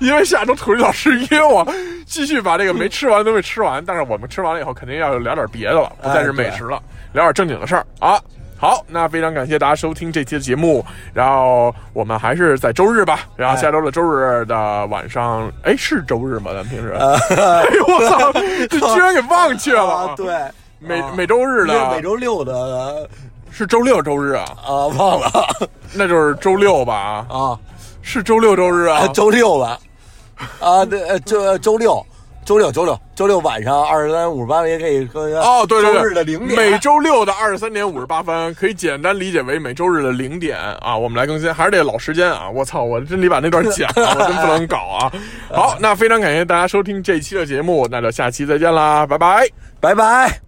因为下周土驴老师约我继续把这个没吃完的东西吃完，但是我们吃完了以后肯定要聊点别的了，不再是美食了，聊点正经的事儿啊。好，那非常感谢大家收听这期的节目，然后我们还是在周日吧，然后哎下周的周日的晚上，哎，是周日吗？咱们平时，哎呦我 操，这居然给忘却了，呃啊，对，每啊每周日的每周六的是周六周日啊，啊，忘了那就是周六吧啊， 啊，是周六周日啊，哎周六吧，啊，对，呃周周六，周六，周六，周六晚上二十三五十八也可以说哦对对对，周日的零点，每周六的二十三点五十八分，可以简单理解为每周日的零点啊，我们来更新，还是得老时间啊，我操，我真得把那段剪了， 我真不能搞啊。好，那非常感谢大家收听这一期的节目，那就下期再见啦，拜拜。拜拜。